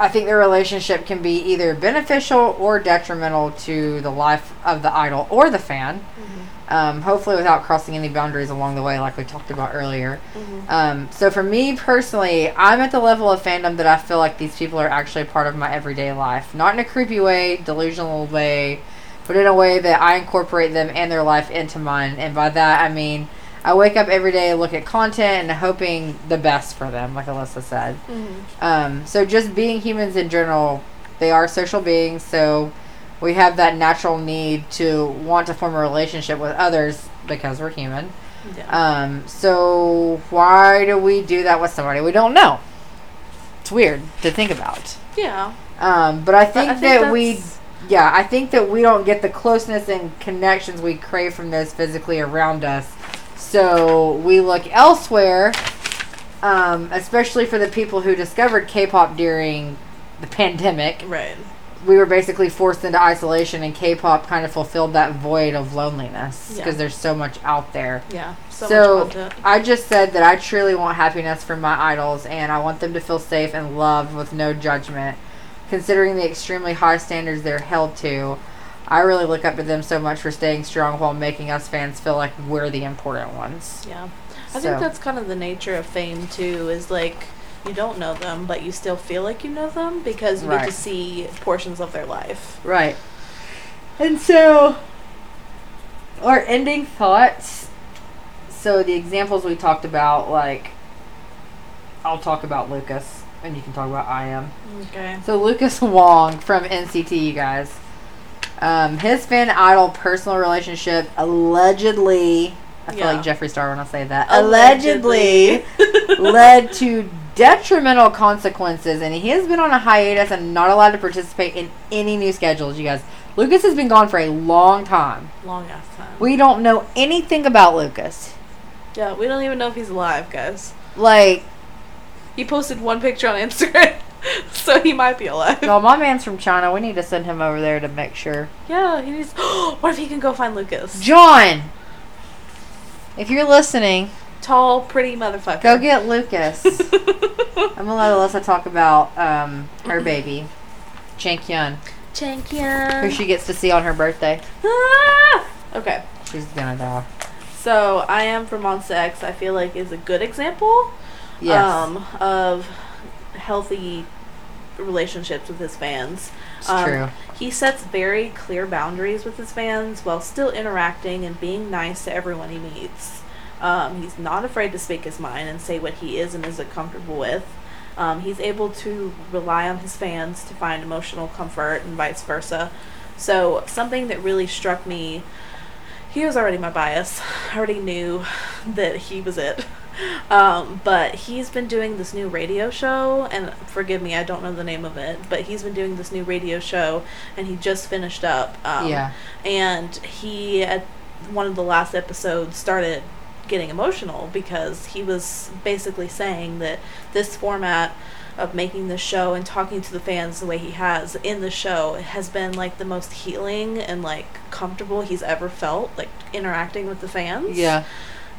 S1: I think their relationship can be either beneficial or detrimental to the life of the idol or the fan. Um, hopefully, without crossing any boundaries along the way, like we talked about earlier. Um, so for me personally, I'm at the level of fandom that I feel like these people are actually a part of my everyday life. Not in a creepy way, delusional way, but in a way that I incorporate them and their life into mine. And by that, I mean I wake up every day, look at content, and hoping the best for them, like Alyssa said. Um, so just being humans in general, they are social beings, so we have that natural need to want to form a relationship with others because we're human.
S2: Yeah.
S1: Um, so why do we do that with somebody we don't know? It's weird to think about.
S2: yeah.
S1: Um, but I
S2: But
S1: think,
S2: I
S1: that we,
S2: that's-
S1: yeah, I think that we don't get the closeness and connections we crave from those physically around us. So we look elsewhere, um, especially for the people who discovered K-pop during the pandemic.
S2: Right.
S1: We were basically forced into isolation, and K-pop kind of fulfilled that void of loneliness
S2: Yeah.
S1: because there's so much out there.
S2: Yeah. So,
S1: So-
S2: much content.
S1: I just said that I truly want happiness from my idols and I want them to feel safe and loved with no judgment. Considering the extremely high standards they're held to, I really look up to them so much for staying strong while making us fans feel like we're the important ones.
S2: Yeah.
S1: So-
S2: I think that's kind of the nature of fame too. Is like you don't know them, but you still feel like you know them because you get
S1: Right.
S2: to see portions of their life.
S1: Right. And so, our ending thoughts. So, the examples we talked about, like, I'll talk about Lucas and you can talk about I Am.
S2: Okay.
S1: So Lucas Wong from NCT, you guys. Um, his fan idol personal relationship allegedly. I feel
S2: Yeah.
S1: like Jeffree Star when I say that. Allegedly
S2: Allegedly.
S1: led to detrimental consequences, and he has been on a hiatus and not allowed to participate in any new schedules, you guys. Lucas has been gone for a long time.
S2: Long ass time.
S1: We don't know anything about Lucas.
S2: yeah, we don't even know if he's alive, guys.
S1: Like,
S2: He posted one picture on Instagram, so he might be alive.
S1: no, my man's from China. We need to send him over there to make sure.
S2: Yeah, he needs. what if he can go find Lucas?
S1: John, if you're listening,
S2: Tall, pretty motherfucker.
S1: Go get Lucas. I'm gonna let Alyssa talk about um, her baby, Chank Yun, who
S2: Chankyun.
S1: she gets to see on her birthday.
S2: Ah! Okay.
S1: She's gonna die.
S2: So I am from on sex. I feel like is a good example
S1: Yes.
S2: um, of healthy relationships with his fans.
S1: it's
S2: um,
S1: true.
S2: He sets very clear boundaries with his fans while still interacting and being nice to everyone he meets. Um, he's not afraid to speak his mind and say what he is and isn't comfortable with. Um, he's able to rely on his fans to find emotional comfort and vice versa. So, something that really struck me he was already my bias. I already knew that he was it. Um, but he's been doing this new radio show, and forgive me, I don't know the name of it, but he's been doing this new radio show, and he just finished up. Um,
S1: yeah.
S2: And he, at one of the last episodes, started getting emotional because he was basically saying that this format of making the show and talking to the fans the way he has in the show has been like the most healing and like comfortable he's ever felt like interacting with the fans
S1: Yeah.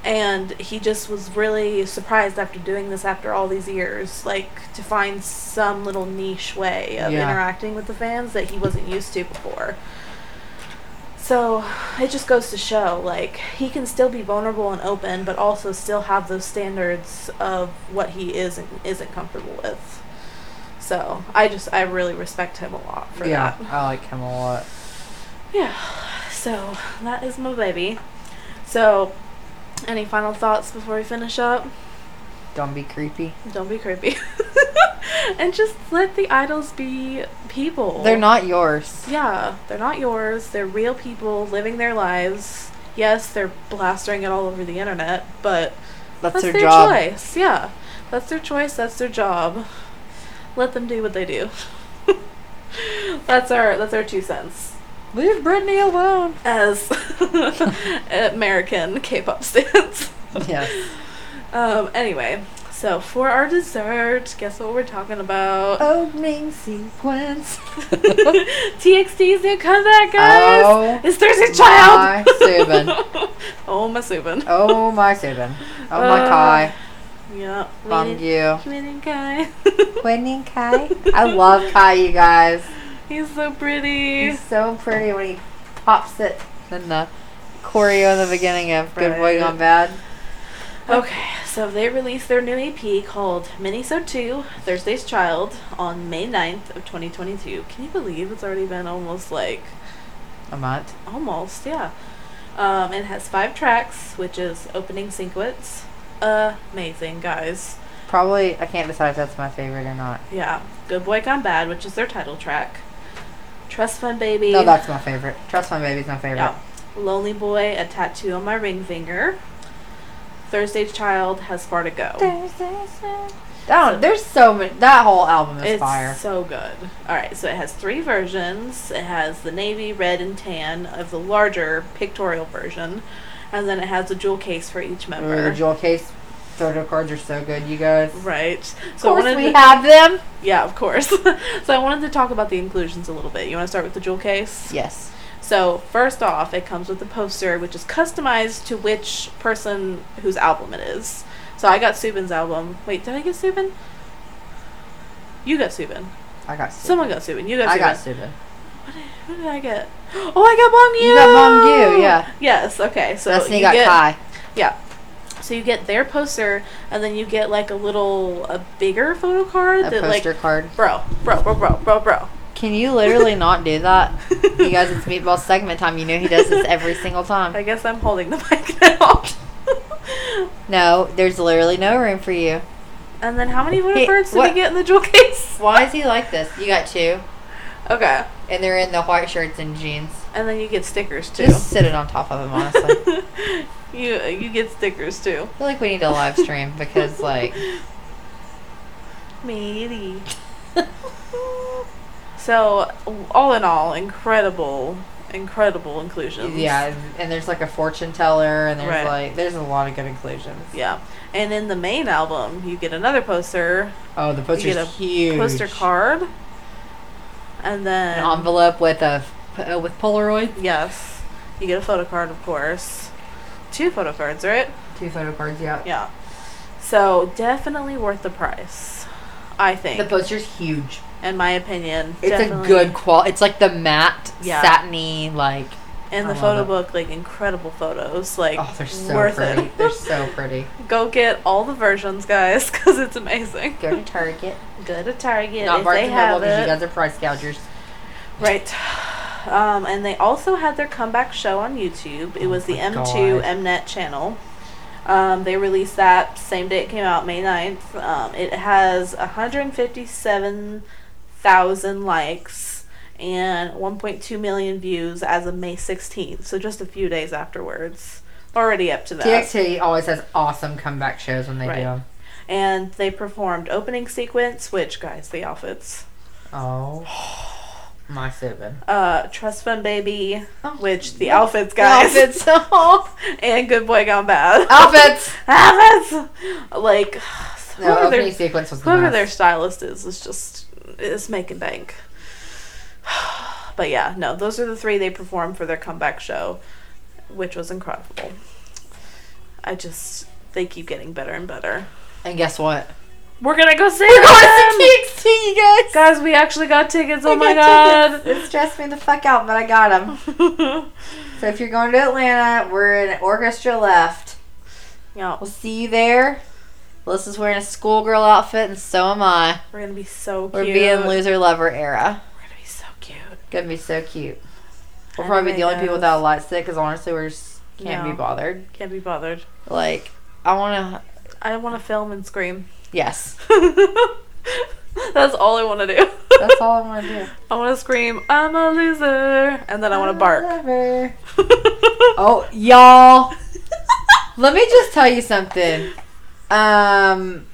S2: and he just was really surprised after doing this after all these years like to find some little niche way of
S1: Yeah.
S2: interacting with the fans that he wasn't used to before so it just goes to show like he can still be vulnerable and open but also still have those standards of what he is and isn't comfortable with so i just i really respect him a lot for
S1: Yeah.
S2: that
S1: I like him a lot.
S2: yeah so that is my baby so any final thoughts before we finish up
S1: Don't be creepy.
S2: Don't be creepy. and just let the idols be people.
S1: They're not yours.
S2: Yeah, they're not yours. They're real people living their lives. Yes, they're blastering it all over the internet, but
S1: That's,
S2: that's
S1: their,
S2: their
S1: job.
S2: choice. Yeah, that's their choice. That's their job. Let them do what they do. that's our that's our two cents
S1: Leave Brittany alone.
S2: as American K-pop stands.
S1: yes.
S2: Um, anyway, So for our dessert, guess what we're talking about?
S1: Opening sequence.
S2: TXT's new comeback, guys.
S1: Oh.
S2: it's Thursday Child.
S1: my Subin.
S2: oh my Subin.
S1: Oh my Subin. Oh my
S2: Uh,
S1: Kai.
S2: Yeah.
S1: Bong you.
S2: Winning Kai.
S1: Winning Kai. I love Kai, you guys.
S2: He's so pretty.
S1: He's so pretty when he pops it in the choreo in the beginning of Good Boy
S2: Right.
S1: Gone Bad.
S2: Okay, so they released their new EP called Miniso 2 Thursday's Child on May 9th of 2022. Can you believe it's already been almost like
S1: A month.
S2: almost, yeah. Um, it has five tracks, which is opening sequence. Amazing, guys.
S1: Probably, I can't decide if that's my favorite or not.
S2: Yeah. Good Boy Gone Bad, which is their title track. Trust Fund Baby.
S1: No, that's my favorite. Trust Fund Baby's my favorite.
S2: Yeah. Lonely Boy, A Tattoo on My Ring Finger. Thursday's Child has far to go.
S1: That one, Oh, there's so many. That whole album is
S2: It's
S1: fire.
S2: so good. All right, so it has three versions. It has the navy, red, and tan of the larger pictorial version, and then it has a jewel case for each member.
S1: Remember the Mm, Jewel Case photo cards are so good, you guys.
S2: Right. So
S1: Of
S2: I
S1: course,
S2: wanted
S1: we
S2: to-
S1: have them.
S2: Yeah, of course. so I wanted to talk about the inclusions a little bit. You want to start with the jewel case?
S1: Yes.
S2: So first off, it comes with a poster which is customized to which person whose album it is. So I got Subin's album. Wait, did I get Subin? You got Subin.
S1: I got. Stupid.
S2: Someone got Subin. You got Subin.
S1: I got stupid.
S2: Who did I get? Oh, I got Bong Yu.
S1: You got Bong Yu, yeah.
S2: Yes. Okay. So
S1: That's when
S2: you
S1: you got
S2: get,
S1: Kai.
S2: Yeah. So you get their poster, and then you get like a little, a bigger photo card
S1: A
S2: that
S1: poster
S2: like,
S1: card.
S2: bro, bro, bro, bro, bro, bro.
S1: Can you literally not do that? You guys, it's meatball segment time. You know he does this every single
S2: I
S1: time.
S2: guess I'm holding the mic now.
S1: No, there's literally no room for you.
S2: and then how many
S1: Hey,
S2: wood birds did
S1: what-
S2: we get in the jewel case?
S1: Why is he like this? You got two,
S2: Okay.
S1: and they're in the white shirts and jeans.
S2: And then you get stickers too.
S1: Just sit it on top of him, honestly.
S2: you you get stickers too.
S1: I feel like we need to live stream because, like,
S2: Maybe. So, all in all, incredible, incredible inclusions.
S1: yeah, and there's like a fortune teller, and there's
S2: Right.
S1: like there's a lot of good inclusions.
S2: Yeah. And in the main album, you get another poster,
S1: Oh, the
S2: you
S1: poster's
S2: get a
S1: huge.
S2: poster card, and then
S1: an envelope with a p- uh, with Polaroid.
S2: yes, you get a photo card, of course, two photo cards, right?
S1: Two photo cards, yeah.
S2: Yeah. So definitely worth the price, I think.
S1: The poster's huge.
S2: in my opinion,
S1: It's
S2: definitely.
S1: a good quality. It's like the matte,
S2: Yeah.
S1: satiny, like. I
S2: And the
S1: love
S2: photo
S1: it.
S2: book, like incredible photos, like
S1: Oh, they're so
S2: worth
S1: pretty.
S2: it.
S1: They're so pretty.
S2: Go get all the versions, guys, because it's amazing.
S1: Go to Target.
S2: Go to Target
S1: Not
S2: if
S1: Barnes
S2: they
S1: and Noble
S2: have
S1: because you
S2: it.
S1: guys are price gougers.
S2: Right. Um, and they also had their comeback show on YouTube. It
S1: Oh
S2: was the
S1: my
S2: M2
S1: God.
S2: Mnet channel. Um, they released that same day it came out, May 9th. Um, it has 157,000 likes and 1.2 million views as of May 16th. So just a few days afterwards. Already up to that.
S1: TXT always has awesome comeback shows when they do
S2: Right.
S1: 'em.
S2: And they performed opening sequence, which, guys, the outfits.
S1: Oh. My Subin.
S2: Uh, Trust Fund Baby,
S1: Oh.
S2: which the outfits, guys.
S1: Outfits.
S2: and Good Boy Gone Bad.
S1: Outfits.
S2: Outfits! Like,
S1: No,
S2: whoever,
S1: opening
S2: their,
S1: sequence was the
S2: whoever
S1: best.
S2: their stylist is, is just, is making bank. But yeah, no, those are the three they performed for their comeback show, which was incredible. I just, they keep getting better and better.
S1: And guess what?
S2: We're gonna go see
S1: We're going
S2: them!
S1: to TXT, you guys.
S2: Guys, we actually got tickets. Oh
S1: I
S2: my
S1: got
S2: god.
S1: tickets. It stressed me the fuck out, but I got them. So if you're going to Atlanta, we're in Orchestra Left.
S2: yeah,
S1: We'll see you there. Melissa's wearing a schoolgirl outfit, and so am I.
S2: we're gonna be so cute.
S1: We're being loser lover era.
S2: We're gonna be so cute.
S1: Gonna be so cute. We'll
S2: I
S1: probably
S2: know
S1: be the only
S2: it
S1: people
S2: is.
S1: without a light stick because honestly, we're just can't
S2: No.
S1: be bothered.
S2: Can't be bothered.
S1: Like, I want to.
S2: I want to film and scream.
S1: Yes,
S2: That's all I want to do.
S1: that's all I want to do.
S2: I want to scream, I'm a loser, and then I want to bark.
S1: Lover. Oh, y'all. Let me just tell you something. Um,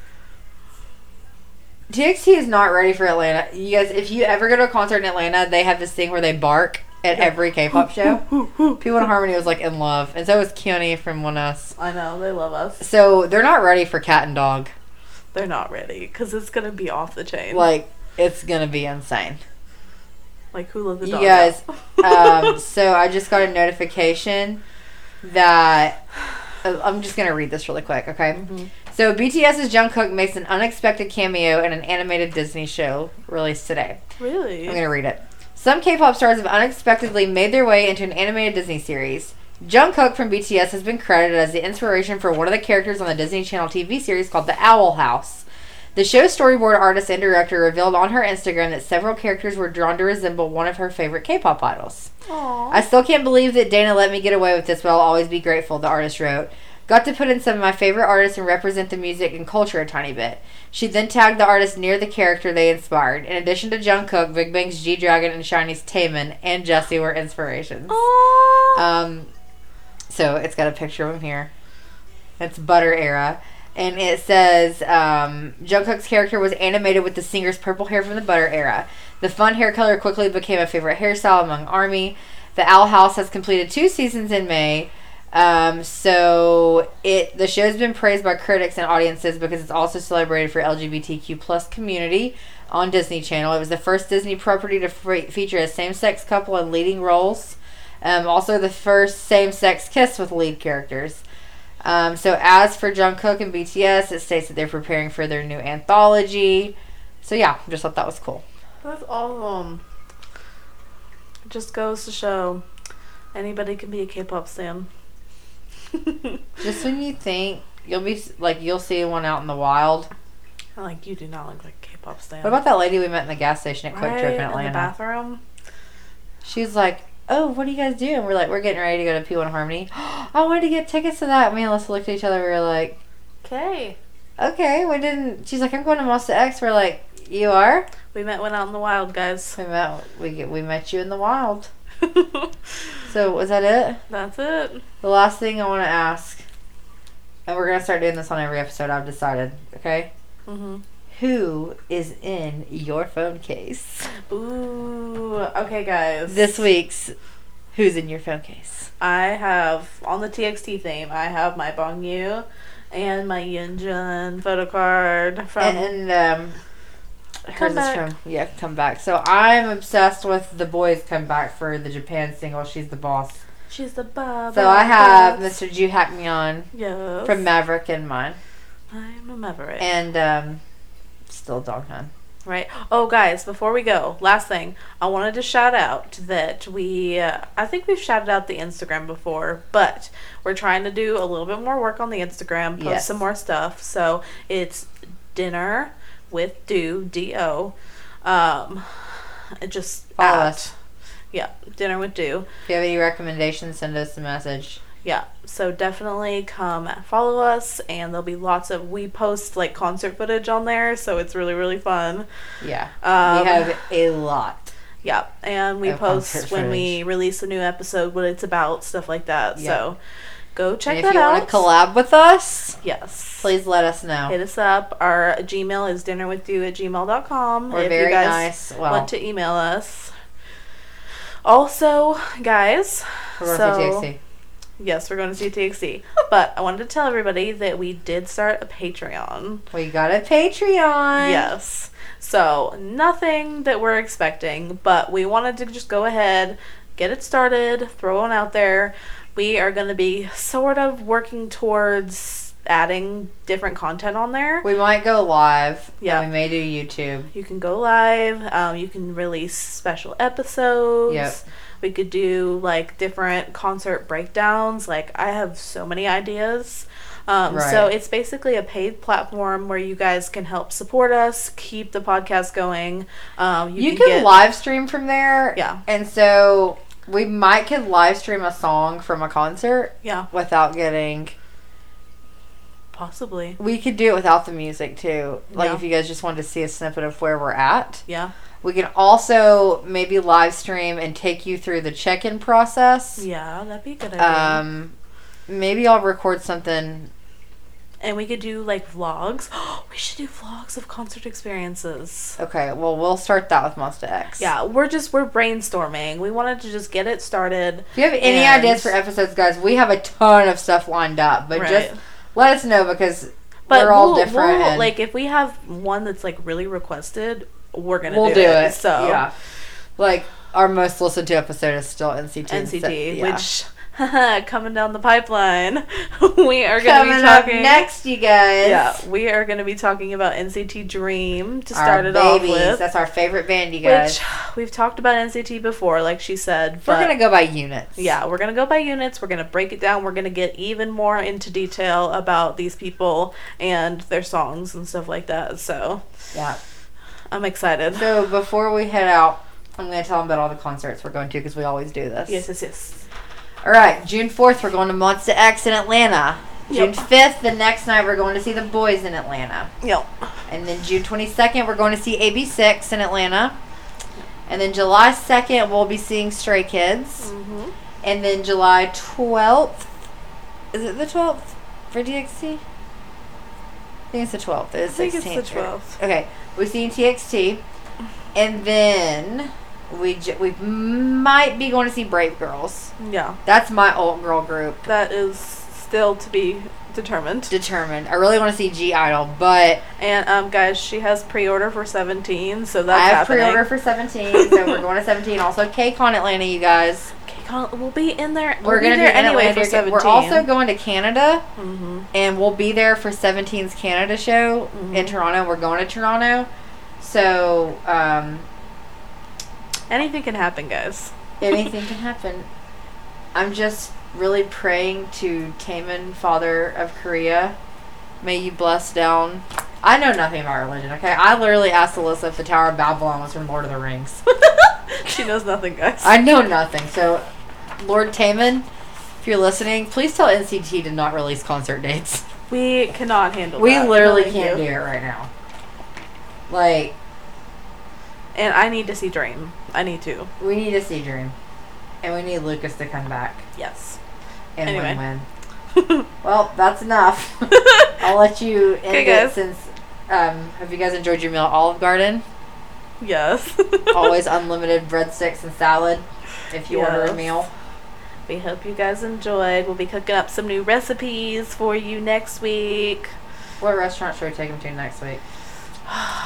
S1: TXT is not ready for Atlanta. You guys, if you ever go to a concert in Atlanta, they have this thing where they bark at every K-pop show. People in Harmony was like in love, and so was Keone from One Us.
S2: I know, they love us.
S1: So they're not ready for Cat and Dog.
S2: They're not ready because it's gonna be off the chain. Like,
S1: Like, it's gonna be insane.
S2: who let the
S1: You
S2: dog
S1: guys,
S2: out?
S1: um, so I just got a notification that uh, I'm just gonna read this really quick, okay?
S2: Mhm.
S1: So BTS's Jungkook makes an unexpected cameo in an animated Disney show released today.
S2: really?
S1: I'm gonna read it. Some K-pop stars have unexpectedly made their way into an animated Disney series. Jungkook from BTS has been credited as the inspiration for one of the characters on the Disney Channel TV series called The Owl House. The show's storyboard artist and director revealed on her Instagram that several characters were drawn to resemble one of her favorite K-pop idols.
S2: Aw.
S1: I still can't believe that Dana let me get away with this, but I'll always be grateful, the artist wrote. Got to put in some of my favorite artists and represent the music and culture a tiny bit. She then tagged the artist near the character they inspired. In addition to Jungkook, Big Bang's G Dragon and Shiny's Taemin and Jesse were inspirations.
S2: Aw.
S1: Um, so it's got a picture of him here. It's Butter Era. And it says um, Jungkook's character was animated with the singer's purple hair from the Butter Era. The fun hair color quickly became a favorite hairstyle among ARMY. The Owl House has completed two seasons in May. Um, so it the show's been praised by critics and audiences because it's also celebrated for LGBTQ plus community on Disney Channel. It was the first Disney property to fe- feature a same-sex couple in leading roles. Um, also, the first same-sex kiss with lead characters. Um, so, as for Jungkook and BTS, it states that they're preparing for their new anthology. So, yeah, just thought that was cool.
S2: That's awesome. It just goes to show anybody can be a K-pop stan.
S1: Just when you think you'll be like you'll see one out in the wild.
S2: I'm like you do not look like a K-pop stan.
S1: What about that lady we met in the gas station at Quick
S2: right
S1: Trip in
S2: in the
S1: Atlanta?
S2: bathroom?
S1: She's like, "Oh, what are you guys doing?" We're like, "We're getting ready to go to P1 Harmony." I wanted to get tickets to that. Me and Alyssa looked at each other. We were like,
S2: Okay.
S1: "Okay, we didn't." She's like, "I'm going to Monster X." We're like, "You are?"
S2: We met when out in the wild, guys.
S1: We met. We get, we met you in the wild.
S2: That's
S1: So was that it?
S2: it.
S1: The last thing I want to ask, and we're gonna start doing this on every episode. I've decided. Okay,
S2: hmm
S1: who is in your phone case
S2: Ooh. Okay, guys.
S1: this week's? Who's in your phone case?
S2: I have on the TXT theme. I have my Bong Yu and my Yunjun photo card from.
S1: And, um,
S2: Come
S1: hers is
S2: back.
S1: from yeah, come back. So I'm obsessed with the boys come back for the Japan single. She's the boss.
S2: She's the Bob.
S1: So I have Mr. Ju Hakmyon
S2: Yes.
S1: from Maverick in mine,
S2: I'm a Maverick.
S1: and um, still Donghan.
S2: Right. Oh, guys, before we go, last thing, I wanted to shout out that we, uh, I think we've shouted out the Instagram before, but we're trying to do a little bit more work on the Instagram, post
S1: Yes.
S2: some more stuff. So it's dinner with do, D-O. Um, it just
S1: Follow
S2: at-
S1: us.
S2: Yeah, dinner with do.
S1: If you have any recommendations, send us a message.
S2: Yeah, so definitely come follow us, and there'll be lots of we post like concert footage on there, so it's really really fun.
S1: Yeah.
S2: Um,
S1: we have a lot.
S2: Yeah, and we
S1: Of
S2: post
S1: concert
S2: when we release a new episode what it's about, stuff like that.
S1: Yeah.
S2: So go check
S1: and if
S2: that
S1: you
S2: out.
S1: want to collab with us,
S2: yes.
S1: please let us know.
S2: Hit us up. Our Gmail is dinnerwithyou at gmail.com.
S1: We're
S2: if
S1: very
S2: you guys
S1: nice. Well,
S2: want to email us. Also, guys,
S1: we're
S2: so,
S1: going to TXT.
S2: yes, we're going to CTXC. but I wanted to tell everybody that we did start a Patreon.
S1: We got a Patreon.
S2: Yes. So nothing that we're expecting, but we wanted to just go ahead, get it started, throw one out there. We are going to be sort of working towards adding different content on there.
S1: We might go live.
S2: Yeah.
S1: Yeah. We may do YouTube.
S2: You can go live. Um, you can release special episodes.
S1: Yep.
S2: We could do like different concert breakdowns. Like I have so many ideas. Um, So
S1: Right.
S2: it's basically a paid platform where you guys can help support us, keep the podcast going. Um,
S1: You, can
S2: get-
S1: live stream from there.
S2: Yeah.
S1: And so we might could live stream a song from a concert
S2: yeah,
S1: without getting.
S2: possibly,
S1: We could do it without the music too. Like
S2: Yeah.
S1: if you guys just wanted to see a snippet of where we're at.
S2: yeah,
S1: We can also maybe live stream and take you through the check in process.
S2: yeah. That'd be a good idea.
S1: Um, maybe I'll record something.
S2: and we could do like vlogs. we should do vlogs of concert experiences.
S1: Okay, well, we'll start that with Monster X.
S2: Yeah, we're just we're brainstorming. We wanted to just get it started.
S1: If you have any
S2: And-
S1: ideas for episodes, guys, we have a ton of stuff lined up, but
S2: Right.
S1: just let us know because
S2: But
S1: We're all
S2: we'll-
S1: different
S2: we'll-
S1: and-
S2: like if we have one that's like really requested, we're gonna
S1: we'll
S2: do, it. So
S1: yeah, like our most listened to episode is still NCT.
S2: NCT,
S1: yeah.
S2: which coming down the pipeline, we are gonna
S1: coming
S2: be
S1: up
S2: talking
S1: next, you guys.
S2: Yeah, we are gonna be talking about NCT Dream to
S1: our
S2: start it off
S1: babies.
S2: with.
S1: That's our favorite band, you guys.
S2: Which we've talked about NCT before, like she said, but
S1: We're gonna go by units.
S2: yeah, we're gonna go by units. We're gonna break it down. We're gonna get even more into detail about these people and their songs and stuff like that. So
S1: yeah.
S2: I'm excited.
S1: So before we head out, I'm gonna tell them about all the concerts we're going to because we always do this.
S2: Yes, yes, yes.
S1: All right, June 4th, we're going to Monster X in Atlanta. June
S2: Yep.
S1: 5th, the next night, we're going to see the boys in Atlanta.
S2: Yep.
S1: And then June 22nd, we're going to see AB6 in Atlanta. And then July 2nd, we'll be seeing Stray Kids.
S2: Mm-hmm.
S1: And then July 12th, is it the 12th for DXT? I think it's the 12th. It's
S2: I think it's the
S1: 16th.
S2: 12th.
S1: Okay, we're seeing TXT. And then we, j- we might be going to see Brave Girls.
S2: Yeah,
S1: That's my old girl group.
S2: that is still to be determined.
S1: determined. I really want to see G Idol, but
S2: And um, guys, she has pre-order for 17, so that's
S1: I have
S2: happening.
S1: pre-order for 17, so we're going to 17. Also, KCON Atlanta, you guys.
S2: Okay, Colin, we'll be in there. We'll
S1: We're
S2: be
S1: going to be
S2: there
S1: in
S2: anyway
S1: Atlanta.
S2: for 17.
S1: We're also going to Canada,
S2: Mhm.
S1: and we'll be there for 17's Canada show in
S2: Mhm.
S1: Toronto. We're going to Toronto, so um,
S2: Anything can happen, guys.
S1: anything can happen. I'm just really praying to Taman, Father of Korea. May you bless down. I know nothing about religion, okay? I literally asked Alyssa if the Tower of Babylon was from Lord of the Rings.
S2: she knows nothing, guys.
S1: I know nothing. So, Lord Taman, if you're listening, please tell NCT to not release concert dates.
S2: we cannot handle
S1: We
S2: that.
S1: literally
S2: Thank
S1: can't
S2: you.
S1: do it right now. Like,
S2: And I need to see Dream. I need to.
S1: we need a sea dream. And we need Lucas to come back
S2: Yes.
S1: and
S2: Anyway.
S1: win
S2: okay,
S1: win. Well, that's enough. I'll let you end
S2: Okay,
S1: it
S2: guys.
S1: since. Um, have you guys enjoyed your meal at Olive Garden?
S2: Yes.
S1: Always unlimited breadsticks and salad if you order a
S2: Yes.
S1: meal.
S2: We hope you guys enjoyed. We'll be cooking up some new recipes for you next week.
S1: What restaurant should we take him to next week?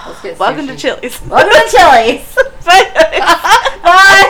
S1: Let's get
S2: Welcome
S1: sushi.
S2: to Chili's.
S1: Welcome to Chili's.
S2: Bye.
S1: Bye.